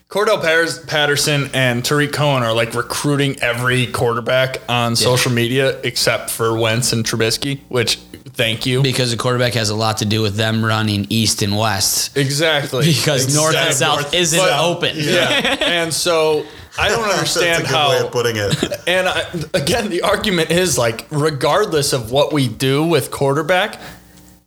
Speaker 1: Cordell Pars- Patterson and Tariq Cohen are like recruiting every quarterback on social media except for Wentz and Trubisky, which thank you.
Speaker 3: because the quarterback has a lot to do with them running east and west
Speaker 1: exactly.
Speaker 3: because north and
Speaker 4: Exactly.
Speaker 3: south
Speaker 4: North and
Speaker 3: isn't
Speaker 4: south.
Speaker 3: open.
Speaker 1: yeah. and so I don't
Speaker 4: That's a
Speaker 1: understand
Speaker 4: good way
Speaker 1: how
Speaker 4: of putting it.
Speaker 1: And I, again, the argument is like, regardless of what we do with quarterback,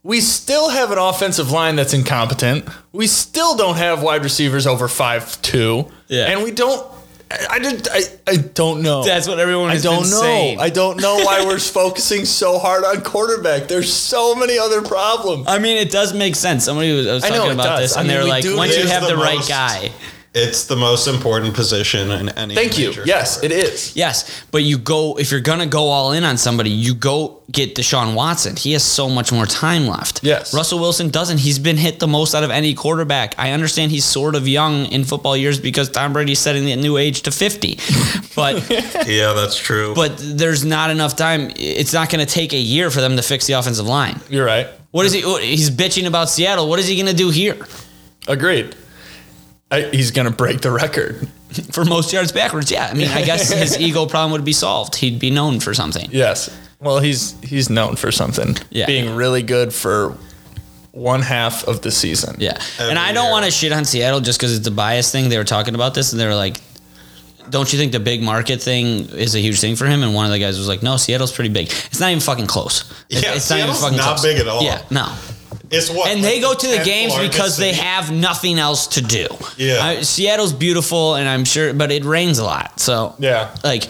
Speaker 1: we still have an offensive line that's incompetent. We still don't have wide receivers over five two.
Speaker 3: Yeah.
Speaker 1: and we don't. I I just I, I don't know.
Speaker 3: That's what everyone
Speaker 1: Oh. I
Speaker 3: has
Speaker 1: don't
Speaker 3: been
Speaker 1: know.
Speaker 3: saying.
Speaker 1: I don't know why we're focusing so hard on quarterback. There's so many other problems.
Speaker 3: I mean, it does make sense. Somebody was I was
Speaker 1: I know
Speaker 3: talking
Speaker 1: it
Speaker 3: about
Speaker 1: does.
Speaker 3: this,
Speaker 1: I
Speaker 3: and
Speaker 1: mean,
Speaker 3: they were
Speaker 1: we
Speaker 3: like,
Speaker 1: do-
Speaker 3: once
Speaker 4: it
Speaker 3: you
Speaker 4: is
Speaker 3: have the,
Speaker 4: the
Speaker 3: right
Speaker 4: most-
Speaker 3: guy,
Speaker 4: It's the most important position in any.
Speaker 1: Thank you.
Speaker 4: major
Speaker 1: Yes,
Speaker 4: sport.
Speaker 1: it is.
Speaker 3: yes. But you go if you're gonna go all in on somebody, you go get Deshaun Watson. He has so much more time left.
Speaker 1: Yes.
Speaker 3: Russell Wilson doesn't. He's been hit the most out of any quarterback. I understand he's sort of young in football years because Tom Brady's setting the new age to fifty, but
Speaker 4: Yeah, that's true.
Speaker 3: but there's not enough time. It's not going to take a year for them to fix the offensive line.
Speaker 1: You're right.
Speaker 3: What is he? He's bitching about Seattle. What is he going to do here
Speaker 1: Agreed. I, he's gonna break the record.
Speaker 3: for most yards backwards? Yeah, I mean, I guess his ego problem would be solved. He'd be known for something.
Speaker 1: Yes. Well, he's he's known for something.
Speaker 3: Yeah.
Speaker 1: Being really good for one half of the season.
Speaker 3: Yeah,
Speaker 4: Every
Speaker 3: and I don't
Speaker 4: year.
Speaker 3: want to shit on Seattle just because it's a bias thing. They were talking about this, and they were like, "Don't you think the big market thing is a huge thing for him?" And one of the guys was like, "No, Seattle's pretty big. It's not even fucking close. It's,
Speaker 4: Yeah,
Speaker 3: it's
Speaker 4: Seattle's not big at all.
Speaker 3: Yeah, no.
Speaker 4: it's what,
Speaker 3: and they
Speaker 4: like,
Speaker 3: go to the
Speaker 4: tenth
Speaker 3: games
Speaker 4: largest
Speaker 3: because they
Speaker 4: city?
Speaker 3: have nothing else to do.
Speaker 4: Yeah.
Speaker 3: I- Seattle's beautiful, and I'm sure, but it rains a lot. So
Speaker 1: Yeah.
Speaker 3: like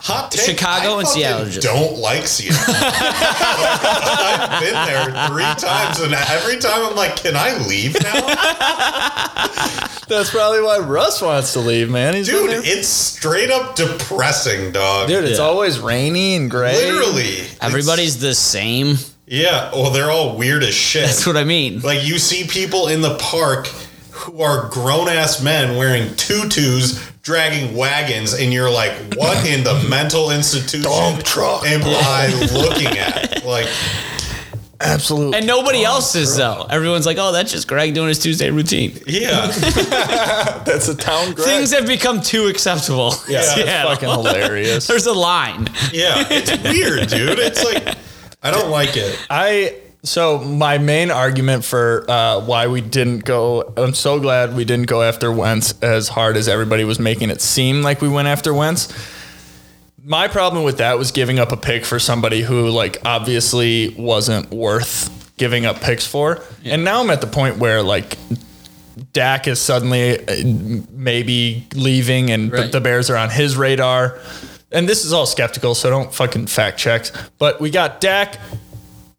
Speaker 4: Hot take,
Speaker 3: Chicago
Speaker 4: I
Speaker 3: and
Speaker 4: fucking
Speaker 3: Seattle just-
Speaker 4: don't like Seattle. I've been there three times, and every time I'm like, "Can I leave now,
Speaker 1: That's probably why Russ wants to leave, man. He's
Speaker 4: dude?"
Speaker 1: been there-
Speaker 4: It's straight up depressing, dog.
Speaker 1: dude, it's
Speaker 3: Yeah.
Speaker 1: always rainy and gray.
Speaker 4: Literally,
Speaker 3: everybody's the same.
Speaker 4: It's- yeah. Well, they're all weird as shit.
Speaker 3: That's what I mean.
Speaker 4: Like you see people in the park who are grown ass men wearing tutus, dragging wagons, and you're like, what in the mental institution
Speaker 1: truck.
Speaker 4: am I looking at? Like,
Speaker 1: Absolutely.
Speaker 3: And nobody
Speaker 1: Oh,
Speaker 3: else is though. Everyone's like, "Oh, that's just Greg doing his Tuesday routine."
Speaker 4: yeah,
Speaker 1: That's a town grad.
Speaker 3: Things have become too acceptable.
Speaker 1: yeah,
Speaker 3: in
Speaker 1: that's
Speaker 3: Seattle.
Speaker 1: fucking hilarious.
Speaker 3: There's a line.
Speaker 4: yeah, it's weird, dude. It's like I don't like it.
Speaker 1: I so my main argument for uh, why we didn't go. I'm so glad we didn't go after Wentz as hard as everybody was making it seem like we went after Wentz. My problem with that was giving up a pick for somebody who like obviously wasn't worth giving up picks for. And now I'm at the point where like Dak is suddenly uh, maybe leaving and the-
Speaker 3: Right.
Speaker 1: the Bears are on his radar. And this is all skeptical, so don't fucking fact check. But we got Dak,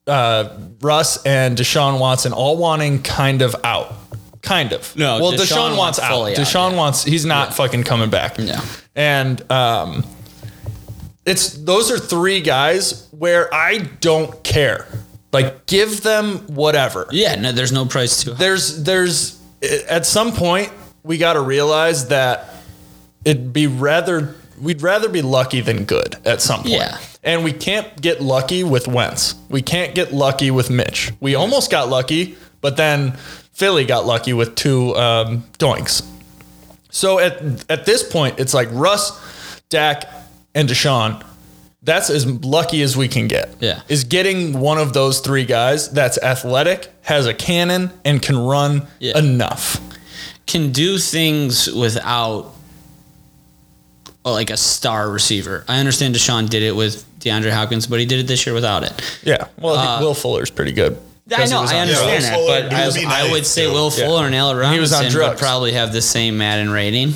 Speaker 1: uh, Russ, and Deshaun Watson all wanting kind of out. Kind of.
Speaker 3: No,
Speaker 1: Well,
Speaker 3: Deshaun
Speaker 1: Deshaun, wants
Speaker 3: wants
Speaker 1: out.
Speaker 3: fully out,
Speaker 1: Deshaun
Speaker 3: yeah.
Speaker 1: wants, he's not fucking coming back.
Speaker 3: Yeah.
Speaker 1: And um, it's, those are three guys where I don't care. Like, give them whatever
Speaker 3: Yeah, no, there's no price to. it.
Speaker 1: there's there's at some point we got to realize that it'd be rather we'd rather be lucky than good at some point.
Speaker 3: Yeah.
Speaker 1: And we can't get lucky with Wentz. We can't get lucky with Mitch. We almost got lucky, but then Philly got lucky with two um, doinks. So at at this point, it's like Russ, Dak, and Deshaun. That's as lucky as we can get.
Speaker 3: Yeah.
Speaker 1: Is getting one of those three guys that's athletic, has a cannon, and can run
Speaker 3: Yeah.
Speaker 1: enough.
Speaker 3: Can do things without well, like a star receiver. I understand Deshaun did it with DeAndre Hopkins, but he did it this year without it.
Speaker 1: Yeah. Well, I think Will Fuller's pretty good.
Speaker 3: Uh, I
Speaker 1: Because he
Speaker 3: know,
Speaker 1: was
Speaker 3: I
Speaker 1: on-
Speaker 3: understand
Speaker 4: Yeah,
Speaker 3: that,
Speaker 4: Will Fuller,
Speaker 3: but I,
Speaker 4: Doobie
Speaker 3: I
Speaker 4: Knight,
Speaker 3: would say
Speaker 4: too.
Speaker 3: Will Fuller and Allen Robinson
Speaker 1: He was on drugs.
Speaker 3: would probably have the same Madden rating.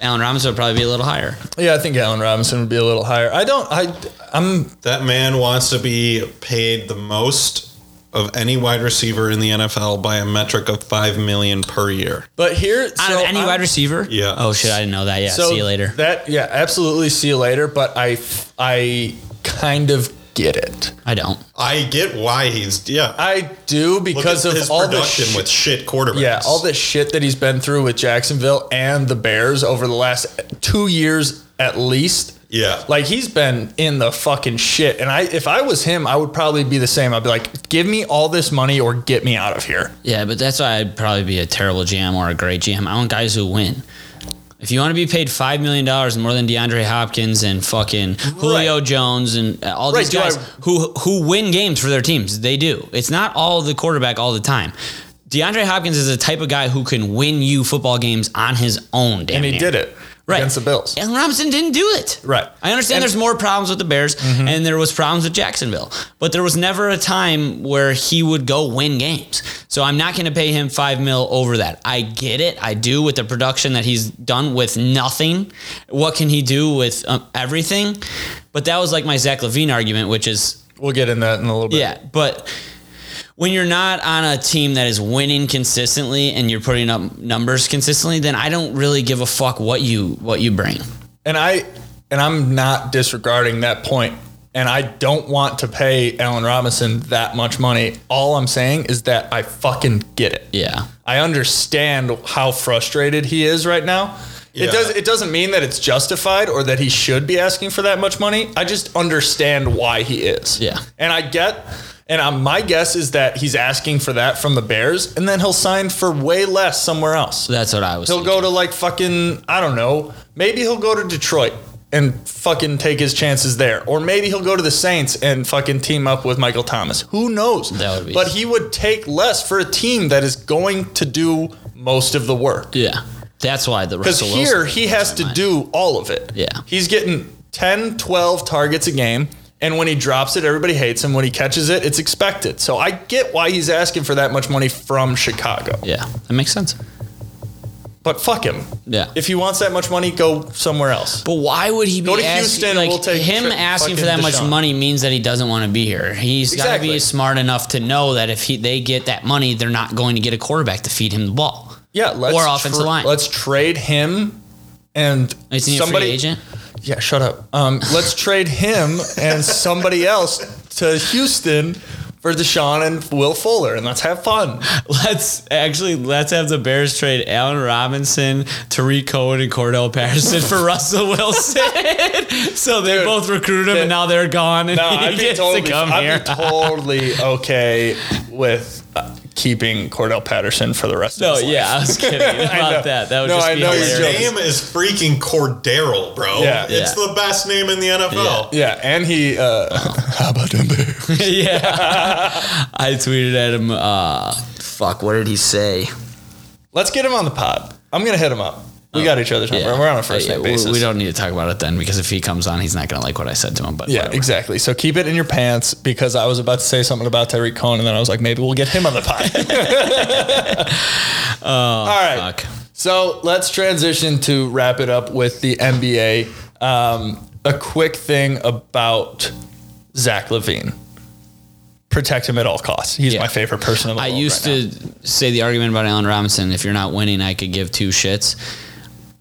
Speaker 3: Allen Robinson would probably be a little higher.
Speaker 1: Yeah, I think Allen Robinson would be a little higher. I don't. I. I'm.
Speaker 4: That man wants to be paid the most of any wide receiver in the NFL by a metric of five million per year.
Speaker 1: But here,
Speaker 3: Out
Speaker 1: so
Speaker 3: of any
Speaker 1: I'm-
Speaker 3: wide receiver?
Speaker 4: Yeah.
Speaker 3: Oh shit, I didn't know that. Yeah.
Speaker 1: So
Speaker 3: see you later.
Speaker 1: That yeah, absolutely. See you later. But I, I kind of get it.
Speaker 3: I don't.
Speaker 4: I get why he's yeah.
Speaker 1: I do
Speaker 4: Look
Speaker 1: because
Speaker 4: at
Speaker 1: of
Speaker 4: his
Speaker 1: all the
Speaker 4: production
Speaker 1: shit.
Speaker 4: with shit quarterbacks.
Speaker 1: Yeah, all the shit that he's been through with Jacksonville and the Bears over the last two years at least
Speaker 4: Yeah.
Speaker 1: Like he's been in the fucking shit. And I if I was him, I would probably be the same. I'd be like, give me all this money or get me out of here.
Speaker 3: Yeah, but that's why I'd probably be a terrible GM or a great GM. I want guys who win. If you want to be paid five million dollars more than DeAndre Hopkins and fucking Julio Jones and uh, all these
Speaker 1: Right, do
Speaker 3: guys
Speaker 1: I-
Speaker 3: who who win games for their teams, they do. It's not all the quarterback all the time. DeAndre Hopkins is the type of guy who can win you football games on his own. Damn
Speaker 1: And he
Speaker 3: near.
Speaker 1: did it
Speaker 3: Right.
Speaker 1: against the Bills.
Speaker 3: Allen Robinson didn't do it.
Speaker 1: Right.
Speaker 3: I understand
Speaker 1: And- Mm-hmm.
Speaker 3: there's more problems with the Bears and there was problems with Jacksonville, but there was never a time where he would go win games. So I'm not going to pay him 5 mil over that. I get it. I do with the production that he's done with nothing. What can he do with um, everything? But that was like my Zach Levine argument, which is
Speaker 1: We'll get in that in a little bit.
Speaker 3: yeah, but when you're not on a team that is winning consistently and you're putting up numbers consistently, then I don't really give a fuck what you what you bring.
Speaker 1: and I and I'm not disregarding that point. And I don't want to pay Allen Robinson that much money. All I'm saying is that I fucking get it.
Speaker 3: Yeah.
Speaker 1: I understand how frustrated he is right now.
Speaker 4: Yeah.
Speaker 1: It does it doesn't mean that it's justified or that he should be asking for that much money. I just understand why he is.
Speaker 3: Yeah.
Speaker 1: And I get and um my guess is that he's asking for that from the Bears and then he'll sign for way less somewhere else.
Speaker 3: That's what I was.
Speaker 1: He'll
Speaker 3: thinking.
Speaker 1: go to like fucking I don't know. Maybe he'll go to Detroit and fucking take his chances there, or maybe he'll go to the Saints and fucking team up with Michael Thomas. Who knows?
Speaker 3: That would be-
Speaker 1: but he would take less for a team that is going to do most of the work.
Speaker 3: Yeah. That's why the
Speaker 1: Because
Speaker 3: Russell
Speaker 1: here
Speaker 3: Wilson
Speaker 1: he has to do all of it.
Speaker 3: Yeah.
Speaker 1: He's getting 10, 12 targets a game. And when he drops it, everybody hates him. When he catches it, it's expected. So I get why he's asking for that much money from Chicago.
Speaker 3: Yeah, that makes sense.
Speaker 1: But fuck him.
Speaker 3: Yeah.
Speaker 1: If he wants that much money, go somewhere else.
Speaker 3: but why would he be
Speaker 1: Go to
Speaker 3: asking,
Speaker 1: Houston and
Speaker 3: like
Speaker 1: we'll take
Speaker 3: him
Speaker 1: Tri-
Speaker 3: asking for
Speaker 1: fucking
Speaker 3: that much
Speaker 1: Deshaun.
Speaker 3: money means that he doesn't want to be here. He's got to be
Speaker 1: Exactly.
Speaker 3: smart enough to know that if he they get that money, they're not going to get a quarterback to feed him the ball.
Speaker 1: Yeah, let's
Speaker 3: Or offensive line.
Speaker 1: Let's trade him and
Speaker 3: Is he
Speaker 1: somebody.
Speaker 3: a free agent?
Speaker 1: Yeah, shut up. Um, let's trade him and somebody else to Houston for Deshaun and Will Fuller, and let's have fun.
Speaker 3: Let's actually let's have the Bears trade Allen Robinson, Tariq Cohen, and Cordell Patterson for Russell Wilson. so they both recruit him,
Speaker 1: that-
Speaker 3: and now they're gone. And
Speaker 1: No,
Speaker 3: he
Speaker 1: I'd be
Speaker 3: gets
Speaker 1: totally,
Speaker 3: to come
Speaker 1: I'd
Speaker 3: here.
Speaker 1: be totally okay with uh, keeping Cordell Patterson for the rest
Speaker 3: No,
Speaker 1: of his
Speaker 3: yeah, I was kidding
Speaker 1: know.
Speaker 3: about that. That would
Speaker 1: No,
Speaker 3: just
Speaker 1: I
Speaker 3: be
Speaker 1: know he's
Speaker 4: His
Speaker 1: Yeah.
Speaker 3: hilarious.
Speaker 4: name is freaking Cordero, bro.
Speaker 1: Yeah.
Speaker 4: It's
Speaker 3: Yeah.
Speaker 4: the best name in the NFL.
Speaker 1: life. Yeah, and he. Uh, how about them Bears?
Speaker 3: yeah, I tweeted at him. Uh, Fuck, what did he say?
Speaker 1: Let's get him on the pod. I'm gonna hit him up. We got each other's number.
Speaker 3: Yeah. Uh,
Speaker 1: We're on a first
Speaker 3: Yeah,
Speaker 1: name
Speaker 3: we-
Speaker 1: basis.
Speaker 3: We don't need to talk about it then because if he comes on, he's not going to like what I said to him. But
Speaker 1: Yeah,
Speaker 3: whatever.
Speaker 1: exactly. So keep it in your pants because I was about to say something about Tyreek Cohen, and then I was like, maybe we'll get him on the pod. All right.
Speaker 3: Oh, Fuck.
Speaker 1: So let's transition to wrap it up with the NBA. Um, a quick thing about Zach Levine. Protect him at all costs. He's
Speaker 3: Yeah.
Speaker 1: my favorite person in the
Speaker 3: I
Speaker 1: world.
Speaker 3: used
Speaker 1: right now.
Speaker 3: to say the argument about Allen Robinson. If you're not winning, I could give two shits.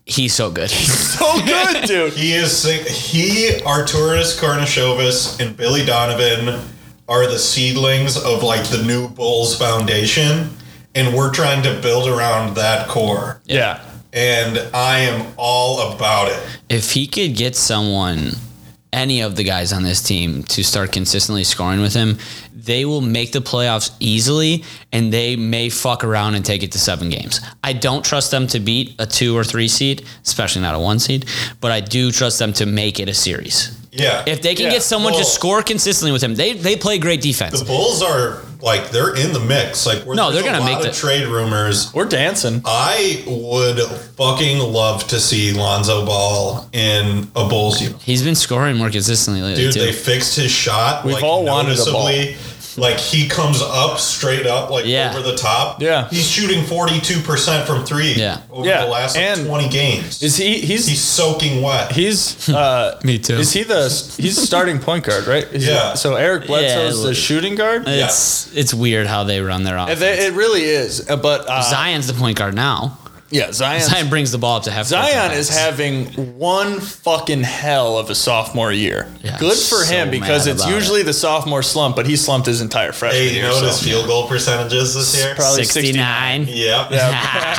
Speaker 3: He's so good.
Speaker 1: So Oh, good, dude.
Speaker 4: He is sing- he Arturis Karnashovas and Billy Donovan are the seedlings of like the new Bulls foundation, and we're trying to build around that core.
Speaker 1: yeah.
Speaker 4: And I am all about it.
Speaker 3: if he could get someone, any of the guys on this team, to start consistently scoring with him, they will make the playoffs easily, and they may fuck around and take it to seven games. I don't trust them to beat a two or three seed, especially not a one seed, but I do trust them to make it a series.
Speaker 4: Yeah.
Speaker 3: If they can
Speaker 1: Yeah,
Speaker 3: get someone
Speaker 4: well-
Speaker 3: to score consistently with him, they they play great defense.
Speaker 4: the Bulls are like they're in the mix. Like we're,
Speaker 3: No, they're
Speaker 4: there's a
Speaker 3: gonna
Speaker 4: lot
Speaker 3: make
Speaker 4: of
Speaker 3: the-
Speaker 4: trade rumors.
Speaker 1: We're dancing.
Speaker 4: I would fucking love to see Lonzo Ball in a Bulls uniform.
Speaker 3: He's been scoring more consistently lately
Speaker 4: Dude,
Speaker 3: too.
Speaker 4: they fixed his shot.
Speaker 1: We've all wanted a ball.
Speaker 4: noticeably. Like he comes up straight up, like
Speaker 3: Yeah.
Speaker 4: over the top.
Speaker 1: Yeah.
Speaker 4: he's shooting forty two percent from three.
Speaker 3: Yeah.
Speaker 4: over
Speaker 1: Yeah,
Speaker 4: the last like,
Speaker 1: and-
Speaker 4: twenty games,
Speaker 1: Is he?
Speaker 4: he's
Speaker 1: He's.
Speaker 4: soaking wet.
Speaker 1: He's. Uh,
Speaker 3: Me too.
Speaker 1: Is he the he's the starting point guard, right? Is he-
Speaker 4: Yeah.
Speaker 1: so Eric Bledsoe's
Speaker 3: like-
Speaker 1: the shooting guard.
Speaker 3: Uh,
Speaker 1: It,
Speaker 3: it's it's weird how they run their offense.
Speaker 1: it really is, Uh, but uh,
Speaker 3: Zion's the point guard now.
Speaker 1: yeah, Zion.
Speaker 3: Zion brings the ball up to half. court
Speaker 1: Zion is
Speaker 3: sometimes.
Speaker 1: having one fucking hell of a sophomore year.
Speaker 3: Yeah,
Speaker 1: Good for
Speaker 3: so
Speaker 1: him because
Speaker 3: mad
Speaker 1: it's
Speaker 3: about it.
Speaker 1: usually the sophomore slump, but he slumped his entire freshman
Speaker 4: hey, you
Speaker 1: year.
Speaker 4: know what
Speaker 1: so-
Speaker 4: his field goal percentages this year?
Speaker 1: Probably
Speaker 3: 69.
Speaker 4: yeah.
Speaker 1: Yeah, I,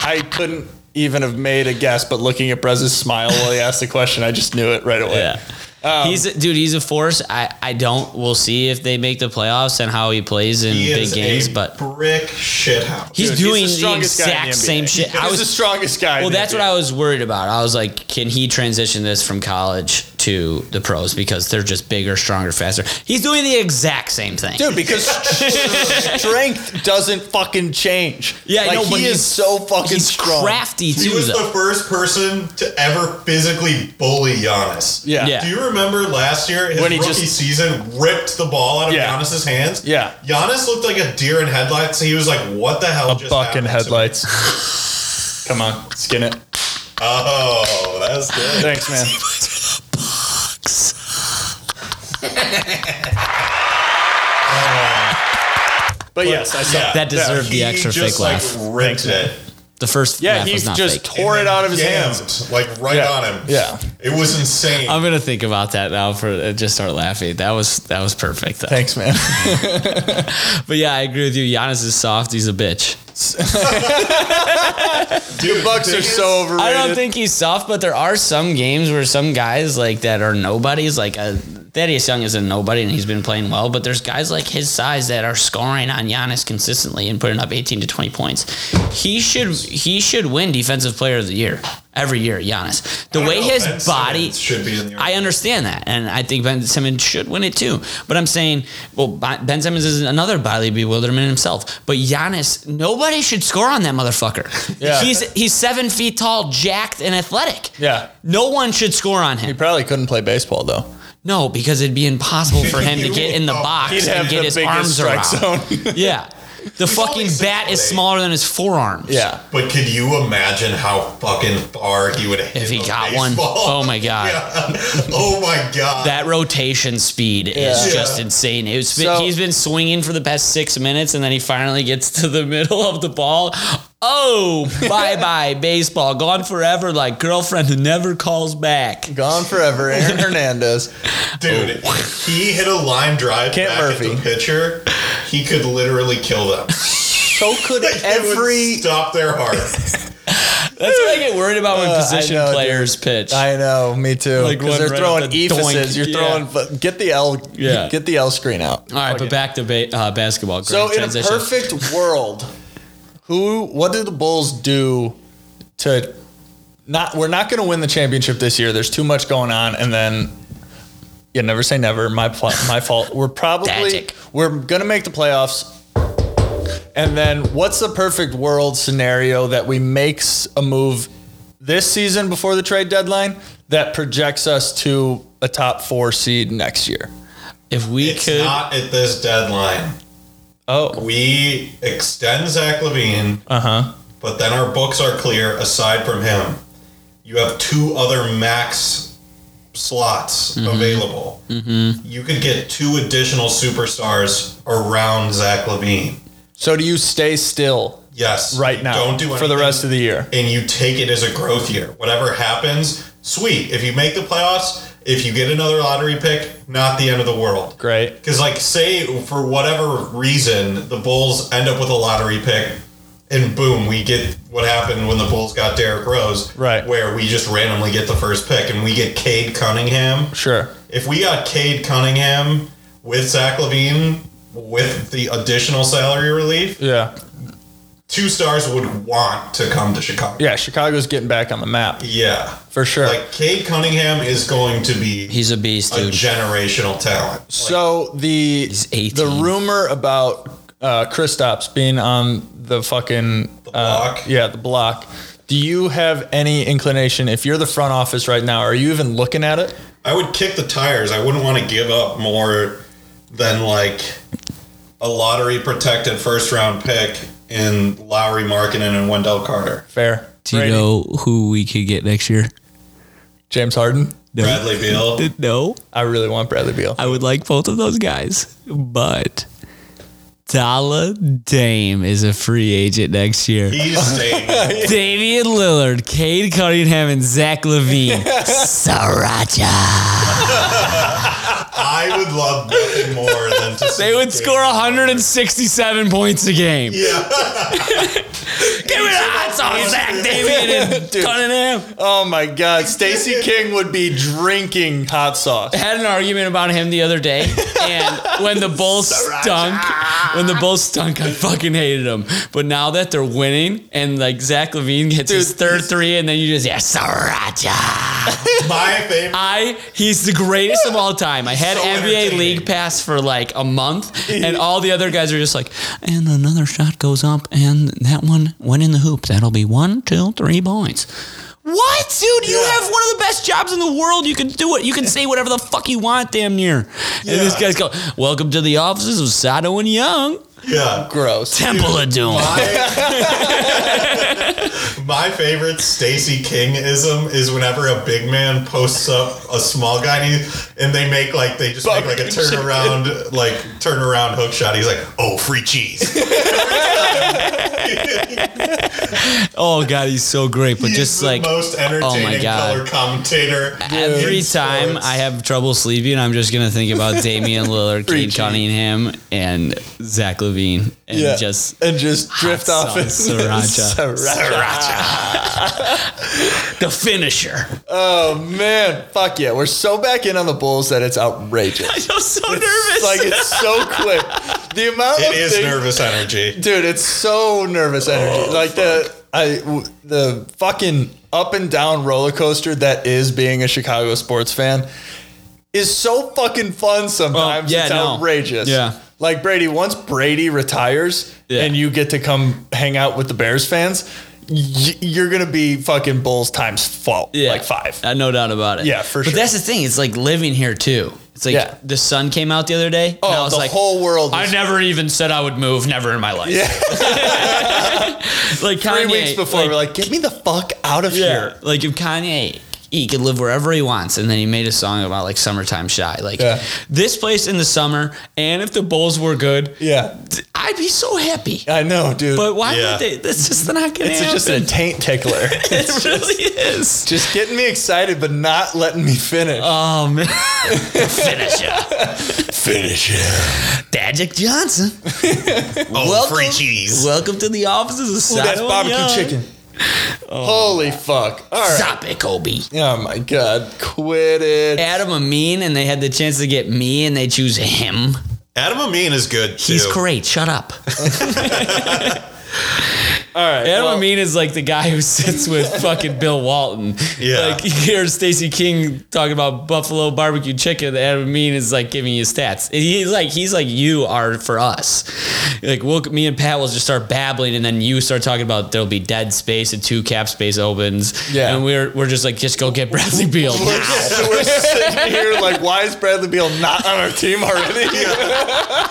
Speaker 1: I, had- I couldn't even have made a guess, but looking at Brez's smile while he asked the question, I just knew it right away.
Speaker 3: Yeah. he's a, dude. He's a force. I, I don't. We'll see if they make the playoffs and how he plays in
Speaker 4: He
Speaker 3: big
Speaker 4: is
Speaker 3: games.
Speaker 4: a
Speaker 3: But
Speaker 4: brick shithouse.
Speaker 3: he's
Speaker 1: Dude,
Speaker 3: doing the,
Speaker 1: strongest guy in
Speaker 3: exact
Speaker 1: NBA.
Speaker 3: same shit.
Speaker 1: He's
Speaker 3: I was
Speaker 1: the strongest guy.
Speaker 3: Well, that's what I was worried about. I was like, can he transition this from college to the pros because they're just bigger, stronger, faster? He's doing the exact same thing.
Speaker 1: Dude, because strength doesn't fucking change.
Speaker 3: Yeah, I
Speaker 1: like
Speaker 3: know, but
Speaker 1: he is
Speaker 3: he's-
Speaker 1: so fucking
Speaker 3: he's
Speaker 1: strong.
Speaker 3: crafty
Speaker 4: He
Speaker 3: too,
Speaker 4: was the
Speaker 3: though.
Speaker 4: first person to ever physically bully Giannis.
Speaker 1: Yeah.
Speaker 3: Yeah.
Speaker 4: Do you remember last year his
Speaker 1: When he
Speaker 4: rookie
Speaker 1: just-
Speaker 4: season ripped the ball out of
Speaker 1: Yeah.
Speaker 4: Giannis's hands?
Speaker 1: Yeah.
Speaker 4: Giannis looked like a deer in headlights. He was like, "What the hell?" just
Speaker 1: Fucking
Speaker 4: happened to me?"
Speaker 1: headlights. Come on, skin it.
Speaker 4: Oh, that's good.
Speaker 1: Thanks, man. But yes, I saw.
Speaker 4: Yeah.
Speaker 3: That deserved
Speaker 4: He
Speaker 3: the extra
Speaker 4: just,
Speaker 3: fake
Speaker 4: like,
Speaker 3: laugh.
Speaker 4: Ripped it.
Speaker 3: The first
Speaker 1: Yeah,
Speaker 3: laugh
Speaker 1: he
Speaker 3: was not
Speaker 1: just
Speaker 3: fake.
Speaker 1: tore it out of his
Speaker 4: Jammed,
Speaker 1: hands.
Speaker 4: like right
Speaker 1: Yeah.
Speaker 4: on him.
Speaker 1: Yeah. Um,
Speaker 4: It was insane.
Speaker 3: I'm gonna think about that now. For uh, just start laughing. That was that was perfect. Though.
Speaker 1: Thanks, man.
Speaker 3: But yeah, I agree with you. Giannis is soft. He's a bitch.
Speaker 1: Dude, Bucks are
Speaker 4: biggest-
Speaker 1: so overrated.
Speaker 3: I don't think he's soft, but there are some games where some guys like that are nobodies. Like uh, Thaddeus Young is a nobody, and he's been playing well. But there's guys like his size that are scoring on Giannis consistently and putting up 18 to 20 points. He should he should win Defensive Player of the Year every year. Giannis, the
Speaker 4: I
Speaker 3: way
Speaker 4: don't know,
Speaker 3: his
Speaker 4: Ben Simmons
Speaker 3: body
Speaker 4: should be in the.
Speaker 3: I understand that, and I think Ben Simmons should win it too. But I'm saying, well, Bi- Ben Simmons is another bodily bewilderment himself. But Giannis, nobody should score on that motherfucker.
Speaker 1: Yeah.
Speaker 3: He's he's seven feet tall, jacked, and athletic.
Speaker 1: Yeah.
Speaker 3: No one should score on
Speaker 1: He
Speaker 3: him.
Speaker 1: probably couldn't play baseball though.
Speaker 3: No, because it'd be impossible for him to get in the box and get his arms around.
Speaker 1: zone.
Speaker 3: Yeah. The fucking
Speaker 4: only six
Speaker 3: bat is
Speaker 4: foot eight.
Speaker 3: smaller than his forearms.
Speaker 1: yeah.
Speaker 4: But could you imagine how fucking far he would hit
Speaker 3: If he
Speaker 4: a
Speaker 3: got one.
Speaker 4: baseball?
Speaker 3: Oh my God.
Speaker 4: Yeah. Oh my god.
Speaker 3: that rotation speed
Speaker 1: Yeah.
Speaker 3: is just
Speaker 4: Yeah.
Speaker 3: insane. It was, been-
Speaker 1: So-
Speaker 3: he's been swinging for the past six minutes, and then he finally gets to the middle of the ball. Oh, bye bye, baseball. Gone forever, like girlfriend who never calls back.
Speaker 1: Gone forever, Aaron Hernandez.
Speaker 4: dude, he hit a line drive
Speaker 1: Kent
Speaker 4: back
Speaker 1: Murphy.
Speaker 4: at the pitcher. He could literally kill them.
Speaker 1: So could
Speaker 4: It would
Speaker 1: every.
Speaker 4: stop their heart.
Speaker 3: That's what I get worried about when
Speaker 1: Uh, I
Speaker 3: position
Speaker 1: know, dude.
Speaker 3: players pitch.
Speaker 1: I know, me too.
Speaker 3: Like
Speaker 1: Because
Speaker 3: one
Speaker 1: they're
Speaker 3: right
Speaker 1: throwing
Speaker 3: up the
Speaker 1: epheses.
Speaker 3: doink.
Speaker 1: You're
Speaker 3: Yeah.
Speaker 1: throwing. but Get the L.
Speaker 3: Yeah.
Speaker 1: Get the L screen out.
Speaker 3: All right,
Speaker 1: Fuck
Speaker 3: but
Speaker 1: it.
Speaker 3: back to ba- uh, basketball. Great
Speaker 1: So in a
Speaker 3: transition.
Speaker 1: perfect world, who? What do the Bulls do to? Not we're not going to win the championship this year. There's too much going on, and then yeah, never say never. My pl- my fault. We're probably
Speaker 3: Magic.
Speaker 1: we're going to make the playoffs. And then what's the perfect world scenario that we makes a move this season before the trade deadline that projects us to a top 4 seed next year?
Speaker 3: if we
Speaker 4: It's
Speaker 3: could,
Speaker 4: not at this deadline.
Speaker 1: Oh,
Speaker 4: We extend Zach Levine. Uh huh.
Speaker 3: uh-huh.
Speaker 4: But then our books are clear. Aside from him, you have two other max slots available. You could get two additional superstars around Zach Levine.
Speaker 1: so do you stay still
Speaker 4: Yes.
Speaker 1: right
Speaker 4: you
Speaker 1: now
Speaker 4: Don't do anything,
Speaker 1: for the rest of the year.
Speaker 4: and you take it as a growth year. Whatever happens, sweet. If you make the playoffs, if you get another lottery pick, not the end of the world.
Speaker 1: Great.
Speaker 4: Because, like, say for whatever reason, the Bulls end up with a lottery pick, and boom, we get what happened when the Bulls got Derrick Rose,
Speaker 1: Right.
Speaker 4: Where we just randomly get the first pick, and we get Cade Cunningham.
Speaker 1: Sure.
Speaker 4: If we got Cade Cunningham with Zach Levine with the additional salary relief,
Speaker 1: Yeah.
Speaker 4: two stars would want to come to Chicago.
Speaker 1: Yeah. Chicago's getting back on the map
Speaker 4: Yeah.
Speaker 1: for sure.
Speaker 4: Like Cade Cunningham is going to be
Speaker 3: he's a beast,
Speaker 4: a
Speaker 3: dude.
Speaker 4: generational talent.
Speaker 1: so the the
Speaker 3: 18.
Speaker 1: rumor about uh, Kristaps being on the fucking
Speaker 4: The
Speaker 1: uh,
Speaker 4: block.
Speaker 1: yeah the block. Do you have any inclination? If you're the front office right now, are you even looking at it?
Speaker 4: I would kick the tires. I wouldn't want to give up more than like a lottery protected first round pick in Lowry Markinen and Wendell Carter.
Speaker 1: Fair.
Speaker 3: Do you
Speaker 1: Brady.
Speaker 3: know who we could get next year?
Speaker 1: James Harden.
Speaker 3: No.
Speaker 4: Bradley Beal.
Speaker 3: No.
Speaker 1: I really want Bradley Beal.
Speaker 3: I would like both of those guys, but Dalla Dame is a free agent next year.
Speaker 4: He's staying.
Speaker 3: Damian Lillard, Cade Cunningham, and Zach Levine. Sriracha.
Speaker 4: I would love nothing more than to see
Speaker 3: They would
Speaker 4: Cade-
Speaker 3: score 167 points a game.
Speaker 4: Yeah.
Speaker 3: Give me the hot It's all Zach Damien and
Speaker 1: Dude.
Speaker 3: Cunningham.
Speaker 1: Oh my God, Stacey King would be drinking hot sauce.
Speaker 3: had an argument about him the other day, and when the Bulls stunk, when the Bulls stunk, I fucking hated him. But now that they're winning, and like Zach Levine hits his
Speaker 1: Dude,
Speaker 3: third three, and then you just yeah, Sriracha.
Speaker 4: My favorite.
Speaker 3: I he's the greatest of all time. I had
Speaker 4: So
Speaker 3: NBA
Speaker 4: entertaining.
Speaker 3: league pass for like a month, and all the other guys are just like, and another shot goes up, and that one went in the hoop. That'll be one, two, three points. What, dude? You
Speaker 4: Yeah.
Speaker 3: have one of the best jobs in the world. You can do it. You can say whatever the fuck you want, damn near. And this
Speaker 4: Yeah.
Speaker 3: guy's going, "Welcome to the offices of Sato and Young,
Speaker 4: Yeah.
Speaker 1: Gross.
Speaker 3: Temple of Doom."
Speaker 4: My, my favorite Stacey Kingism is whenever a big man posts up a small guy and, he, and they make like they just make like a turnaround like turnaround hook shot. He's like, oh, free cheese.
Speaker 3: Oh god, he's so great, but
Speaker 4: He's
Speaker 3: just
Speaker 4: the
Speaker 3: like oh
Speaker 4: most entertaining
Speaker 3: God.
Speaker 4: color commentator.
Speaker 3: Every
Speaker 4: in
Speaker 3: time
Speaker 4: sports.
Speaker 3: I have trouble sleeping, I'm just gonna think about Damian Lillard,
Speaker 1: Free
Speaker 3: Cade
Speaker 1: cheese.
Speaker 3: Cunningham, and Zach Levine, and
Speaker 1: Yeah.
Speaker 3: just
Speaker 1: and just drift
Speaker 3: hot
Speaker 1: off
Speaker 3: sauce,
Speaker 1: into
Speaker 3: sriracha.
Speaker 1: sriracha.
Speaker 3: the finisher.
Speaker 1: Oh man, fuck yeah! We're so back in on the Bulls that it's outrageous.
Speaker 3: I'm so nervous.
Speaker 1: It's like it's so quick. The amount of
Speaker 4: It is
Speaker 1: things-
Speaker 4: nervous energy.
Speaker 1: dude. It's so nervous energy.
Speaker 3: Oh,
Speaker 1: like the I w- the fucking up and down roller coaster that is being a Chicago sports fan is so fucking fun sometimes.
Speaker 3: yeah,
Speaker 1: it's
Speaker 3: no.
Speaker 1: outrageous.
Speaker 3: Yeah.
Speaker 1: Like Brady, once Brady retires
Speaker 3: Yeah.
Speaker 1: and you get to come hang out with the Bears fans, y- you're gonna be fucking Bulls times fault like five.
Speaker 3: Uh, no doubt about it.
Speaker 1: Yeah, for
Speaker 3: but
Speaker 1: sure.
Speaker 3: But that's the thing. It's like living here too. It's like
Speaker 1: Yeah.
Speaker 3: the sun came out the other day. and I
Speaker 1: Oh,
Speaker 3: was
Speaker 1: the
Speaker 3: like,
Speaker 1: whole world.
Speaker 3: I
Speaker 1: is-
Speaker 3: never even said I would move. Never in my life.
Speaker 1: Yeah.
Speaker 3: like
Speaker 1: Three
Speaker 3: Kanye,
Speaker 1: weeks before,
Speaker 3: like,
Speaker 1: we're like, get me the fuck out of here.
Speaker 3: Like if Kanye, he could live wherever he wants, and then he made a song about like summertime shy. Like
Speaker 1: Yeah.
Speaker 3: this place in the summer, and if the Bulls were good,
Speaker 1: Yeah,
Speaker 3: I'd be so happy.
Speaker 1: I know, dude.
Speaker 3: But why
Speaker 4: Yeah.
Speaker 3: would they? That's just not gonna
Speaker 1: it's
Speaker 3: happen.
Speaker 1: just a taint tickler.
Speaker 3: it really is.
Speaker 1: just getting me excited, but not letting me finish.
Speaker 3: Oh man, finish up,
Speaker 4: Finish it.
Speaker 3: Magic Johnson.
Speaker 4: Oh,
Speaker 3: Welcome-
Speaker 4: free cheese.
Speaker 3: Welcome to the offices of
Speaker 1: Ooh, that's
Speaker 3: Sato
Speaker 1: barbecue
Speaker 3: Young.
Speaker 1: chicken.
Speaker 3: Oh.
Speaker 1: Holy fuck! All right.
Speaker 3: Stop it, Kobe.
Speaker 1: Oh my god, quit it.
Speaker 3: Adam Amin, and they had the chance to get me, and they choose him.
Speaker 4: Adam Amin is good too.
Speaker 3: He's great. Shut up.
Speaker 1: All right,
Speaker 3: Adam
Speaker 1: well,
Speaker 3: Amin is like the guy who sits with fucking Bill Walton.
Speaker 4: Yeah.
Speaker 3: Like you hear Stacey King talking about Buffalo barbecue chicken. Adam Amin is like giving you stats. And he's like he's like you are for us. Like we'll me and Pat will just start babbling, and then you start talking about there'll be dead space and two cap space opens.
Speaker 1: Yeah.
Speaker 3: And we're we're just like just go get Bradley Beal.
Speaker 1: we're, just, we're sitting here like, why is Bradley Beal not on our team already?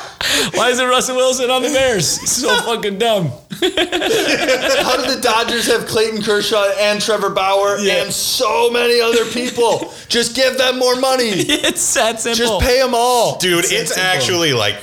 Speaker 3: Why isn't Russell Wilson on the Bears? He's so fucking dumb.
Speaker 1: How did the Dodgers have Clayton Kershaw and Trevor Bauer
Speaker 3: Yeah.
Speaker 1: and so many other people? just give them more money.
Speaker 3: It's that simple.
Speaker 1: Just pay them all.
Speaker 4: Dude, it's actually like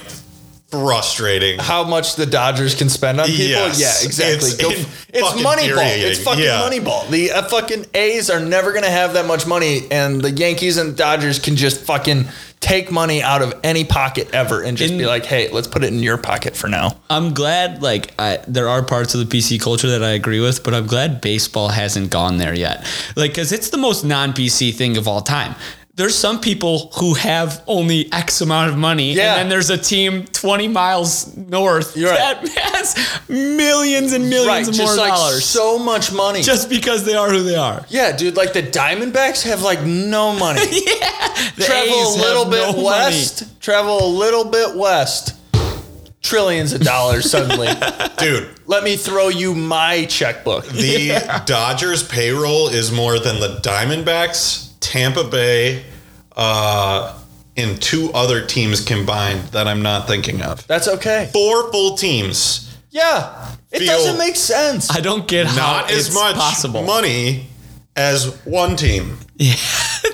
Speaker 4: frustrating.
Speaker 1: how much the Dodgers can spend on people.
Speaker 4: Yes.
Speaker 1: Yeah, exactly.
Speaker 4: It's-
Speaker 1: Go-
Speaker 4: it's
Speaker 1: It's,
Speaker 4: fucking
Speaker 1: Moneyball.
Speaker 4: infuriating.
Speaker 1: It's fucking
Speaker 4: Yeah.
Speaker 1: Moneyball. The uh, fucking A's are never going to have that much money, and the Yankees and Dodgers can just fucking take money out of any pocket ever and just
Speaker 3: In-
Speaker 1: be like, hey, let's put it in your pocket for now.
Speaker 3: I'm glad like I, there are parts of the PC culture that I agree with, but I'm glad baseball hasn't gone there yet. Like cuz it's the most non-PC thing of all time. There's some people who have only X amount of money,
Speaker 1: Yeah.
Speaker 3: and then there's a team 20 miles north
Speaker 1: You're right.
Speaker 3: that has millions and millions
Speaker 1: Right,
Speaker 3: of
Speaker 1: just
Speaker 3: more
Speaker 1: like
Speaker 3: dollars
Speaker 1: so much money.
Speaker 3: just because they are who they are.
Speaker 1: yeah, dude, like the Diamondbacks have like no money.
Speaker 3: The
Speaker 1: travel
Speaker 3: A's
Speaker 1: a
Speaker 3: have
Speaker 1: little
Speaker 3: no
Speaker 1: bit
Speaker 3: money.
Speaker 1: west. Travel a little bit west. Trillions of dollars suddenly.
Speaker 4: Dude,
Speaker 1: Let me throw you my checkbook.
Speaker 4: the Dodgers payroll is more than the Diamondbacks, Tampa Bay, uh, and two other teams combined that I'm not thinking of.
Speaker 1: That's okay.
Speaker 4: Four full teams,
Speaker 1: Yeah. It
Speaker 4: Feel-
Speaker 1: doesn't make sense.
Speaker 3: I don't get how
Speaker 4: not as
Speaker 3: it's
Speaker 4: much
Speaker 3: possible.
Speaker 4: money as one team.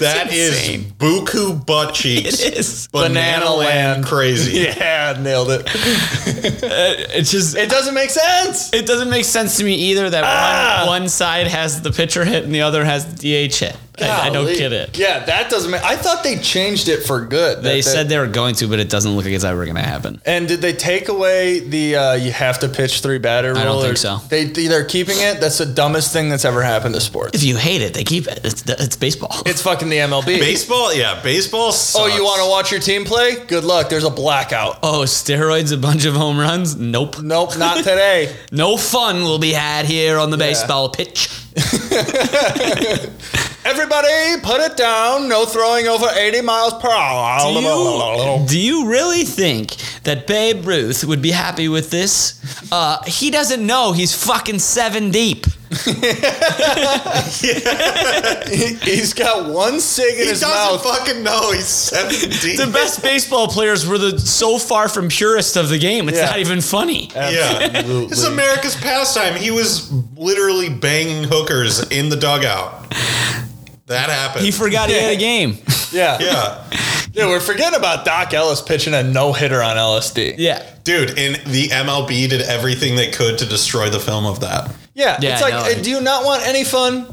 Speaker 4: That is buku butt cheeks.
Speaker 3: It is.
Speaker 4: Banana,
Speaker 1: Banana
Speaker 4: land,
Speaker 1: land.
Speaker 4: crazy.
Speaker 1: yeah, nailed it.
Speaker 3: It's just
Speaker 1: It doesn't make sense. Ah!
Speaker 3: It doesn't make sense to me either that one, one side has the pitcher hit and the other has the DH hit. I, I don't
Speaker 1: Golly.
Speaker 3: get it.
Speaker 1: Yeah, that doesn't. Make, I thought they changed it for good.
Speaker 3: They
Speaker 1: That- that-
Speaker 3: said they were going to, but it doesn't look like it's ever going to happen.
Speaker 1: And did they take away the uh, you have to pitch three batter rule?
Speaker 3: don't
Speaker 1: or-
Speaker 3: think so.
Speaker 1: They they're keeping it. That's the dumbest thing that's ever happened to sports.
Speaker 3: If you hate it, they keep it. It's, it's baseball.
Speaker 1: It's fucking the MLB.
Speaker 4: Baseball, yeah, baseball. Sucks.
Speaker 1: oh, you want to watch your team play? Good luck. There's a blackout.
Speaker 3: oh, steroids, a bunch of home runs? Nope.
Speaker 1: Nope, not today.
Speaker 3: No fun will be had here on the baseball pitch.
Speaker 1: Everybody, put it down. No throwing over 80 miles per hour.
Speaker 3: Do you, do you really think that Babe Ruth would be happy with this? Uh, he doesn't know he's fucking seven deep.
Speaker 1: He, has got one cig in
Speaker 4: He
Speaker 1: his
Speaker 4: doesn't
Speaker 1: mouth.
Speaker 4: fucking know. He's seventeen.
Speaker 3: The best baseball players were the so far from purest of the game. It's
Speaker 1: Yeah.
Speaker 3: not even funny.
Speaker 4: Yeah, it's America's pastime. He was literally banging hookers in the dugout. That happened.
Speaker 3: He forgot he had a game.
Speaker 1: Yeah. yeah.
Speaker 4: yeah,
Speaker 1: we're forgetting about Doc Ellis pitching a no hitter on LSD.
Speaker 3: Yeah.
Speaker 4: dude. And the MLB did everything they could to destroy the film of that.
Speaker 1: Yeah,
Speaker 3: Yeah,
Speaker 1: it's
Speaker 3: I
Speaker 1: like,
Speaker 3: know.
Speaker 1: uh, do you not want any fun?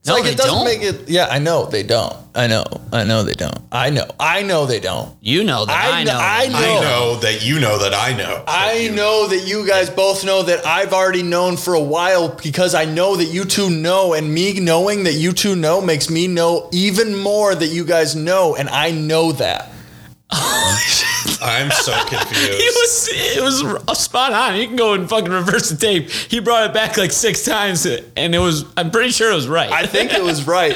Speaker 1: It's
Speaker 3: No,
Speaker 1: like
Speaker 3: they
Speaker 1: it doesn't
Speaker 3: don't.
Speaker 1: make it. Yeah, I know they don't. I know. I know they don't. I know. I know they don't.
Speaker 3: You know that. I,
Speaker 1: I kn-
Speaker 3: know.
Speaker 1: I kn-
Speaker 4: I
Speaker 1: No.
Speaker 4: know that you know that I know.
Speaker 1: I know that you guys both know that I've already known for a while because I know that you two know, and me knowing that you two know makes me know even more that you guys know, and I know that.
Speaker 4: I'm so confused.
Speaker 3: He was it was spot on. You can go and fucking reverse the tape. He brought it back like six times, and it was. I'm pretty sure it was right.
Speaker 1: I think it was right.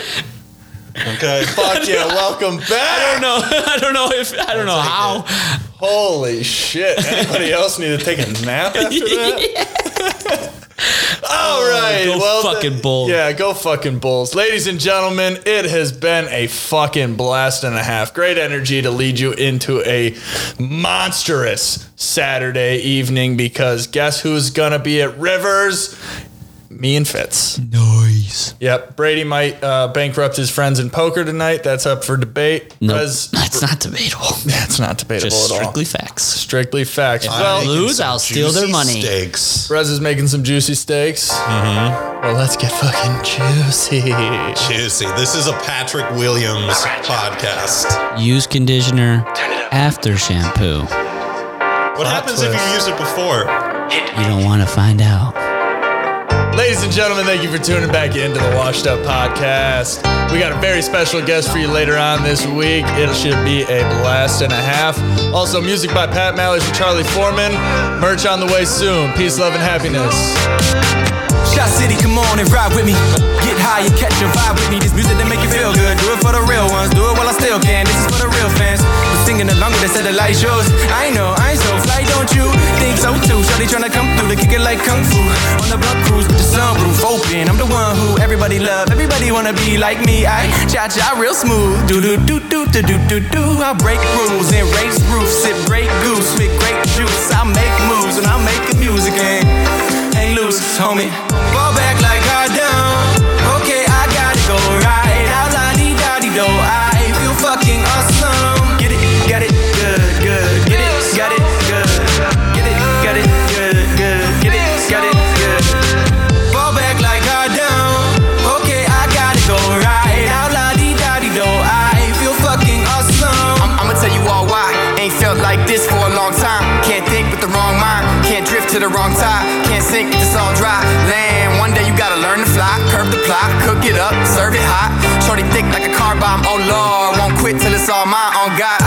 Speaker 4: okay.
Speaker 1: Fuck yeah, welcome back.
Speaker 3: I don't know. I don't know if I don't know how.
Speaker 1: Holy shit. Anybody else need to take a nap after that? All right.
Speaker 3: Oh, go
Speaker 1: well,
Speaker 3: fucking
Speaker 1: th-
Speaker 3: Bulls.
Speaker 1: Yeah, go fucking Bulls. Ladies and gentlemen, it has been a fucking blast and a half. Great energy to lead you into a monstrous Saturday evening because guess who's going to be at Rivers? Me and Fitz.
Speaker 3: Noise.
Speaker 1: Yep. Brady might uh, bankrupt his friends in poker tonight. That's up for debate.
Speaker 3: No,
Speaker 1: Prez-
Speaker 3: that's not debatable.
Speaker 1: that's not debatable
Speaker 3: Just
Speaker 1: at all.
Speaker 3: strictly facts.
Speaker 1: Strictly facts.
Speaker 3: I
Speaker 1: Well,
Speaker 3: lose, I'll steal their
Speaker 4: Juicy
Speaker 3: money.
Speaker 4: Steaks.
Speaker 1: Rez is making some juicy steaks. Mm-hmm. Well, let's get fucking juicy.
Speaker 4: Juicy. This is a Patrick Williams podcast.
Speaker 3: Use conditioner after shampoo.
Speaker 4: What happens if you use it before?
Speaker 3: You don't want to find out.
Speaker 1: Ladies and gentlemen, thank you for tuning back into the Washed Up Podcast. We got a very special guest for you later on this week. It should be a blast and a half. Also, music by Pat Malley for Charlie Foreman. Merch on the way soon. Peace, love, and happiness.
Speaker 2: Shot City, come on and ride with me. Get high and catch a vibe with me. This music that make you feel good. Do it for the real ones. Do it while I still can. This is for the real fans. We're singing along with us at the light shows. I know, I ain't so fly, don't you? Think so too. Shawty tryna come through to kick it like kung fu. On the block cruise with the sunroof open. I'm the one who everybody love. Everybody wanna be like me. I cha cha real smooth. Do do do do do do do do. I break rules and race roofs. Sip great goose with great juice. I make moves and I make the music. And hang loose, homie. Fall back like I don't. Okay, I gotta go right. Out la di da di do. I feel fucking awesome. Get it, got it, good, good. Get it, got it, good. Get it, got it, good, good. Get it, got it, good. Fall back like I don't. Okay, I gotta go right. Out la di da di do. I feel fucking awesome.
Speaker 6: I'm, I'ma tell you all why. Ain't felt like this for a long time. Can't think with the wrong mind. Can't drift to the wrong tide. Can't sink if it's all dry. Land, one day you gotta learn to fly. Curve the plot, cook it up, serve it hot. Shorty thick like a car bomb. Oh lord, won't quit till it's all mine. On God,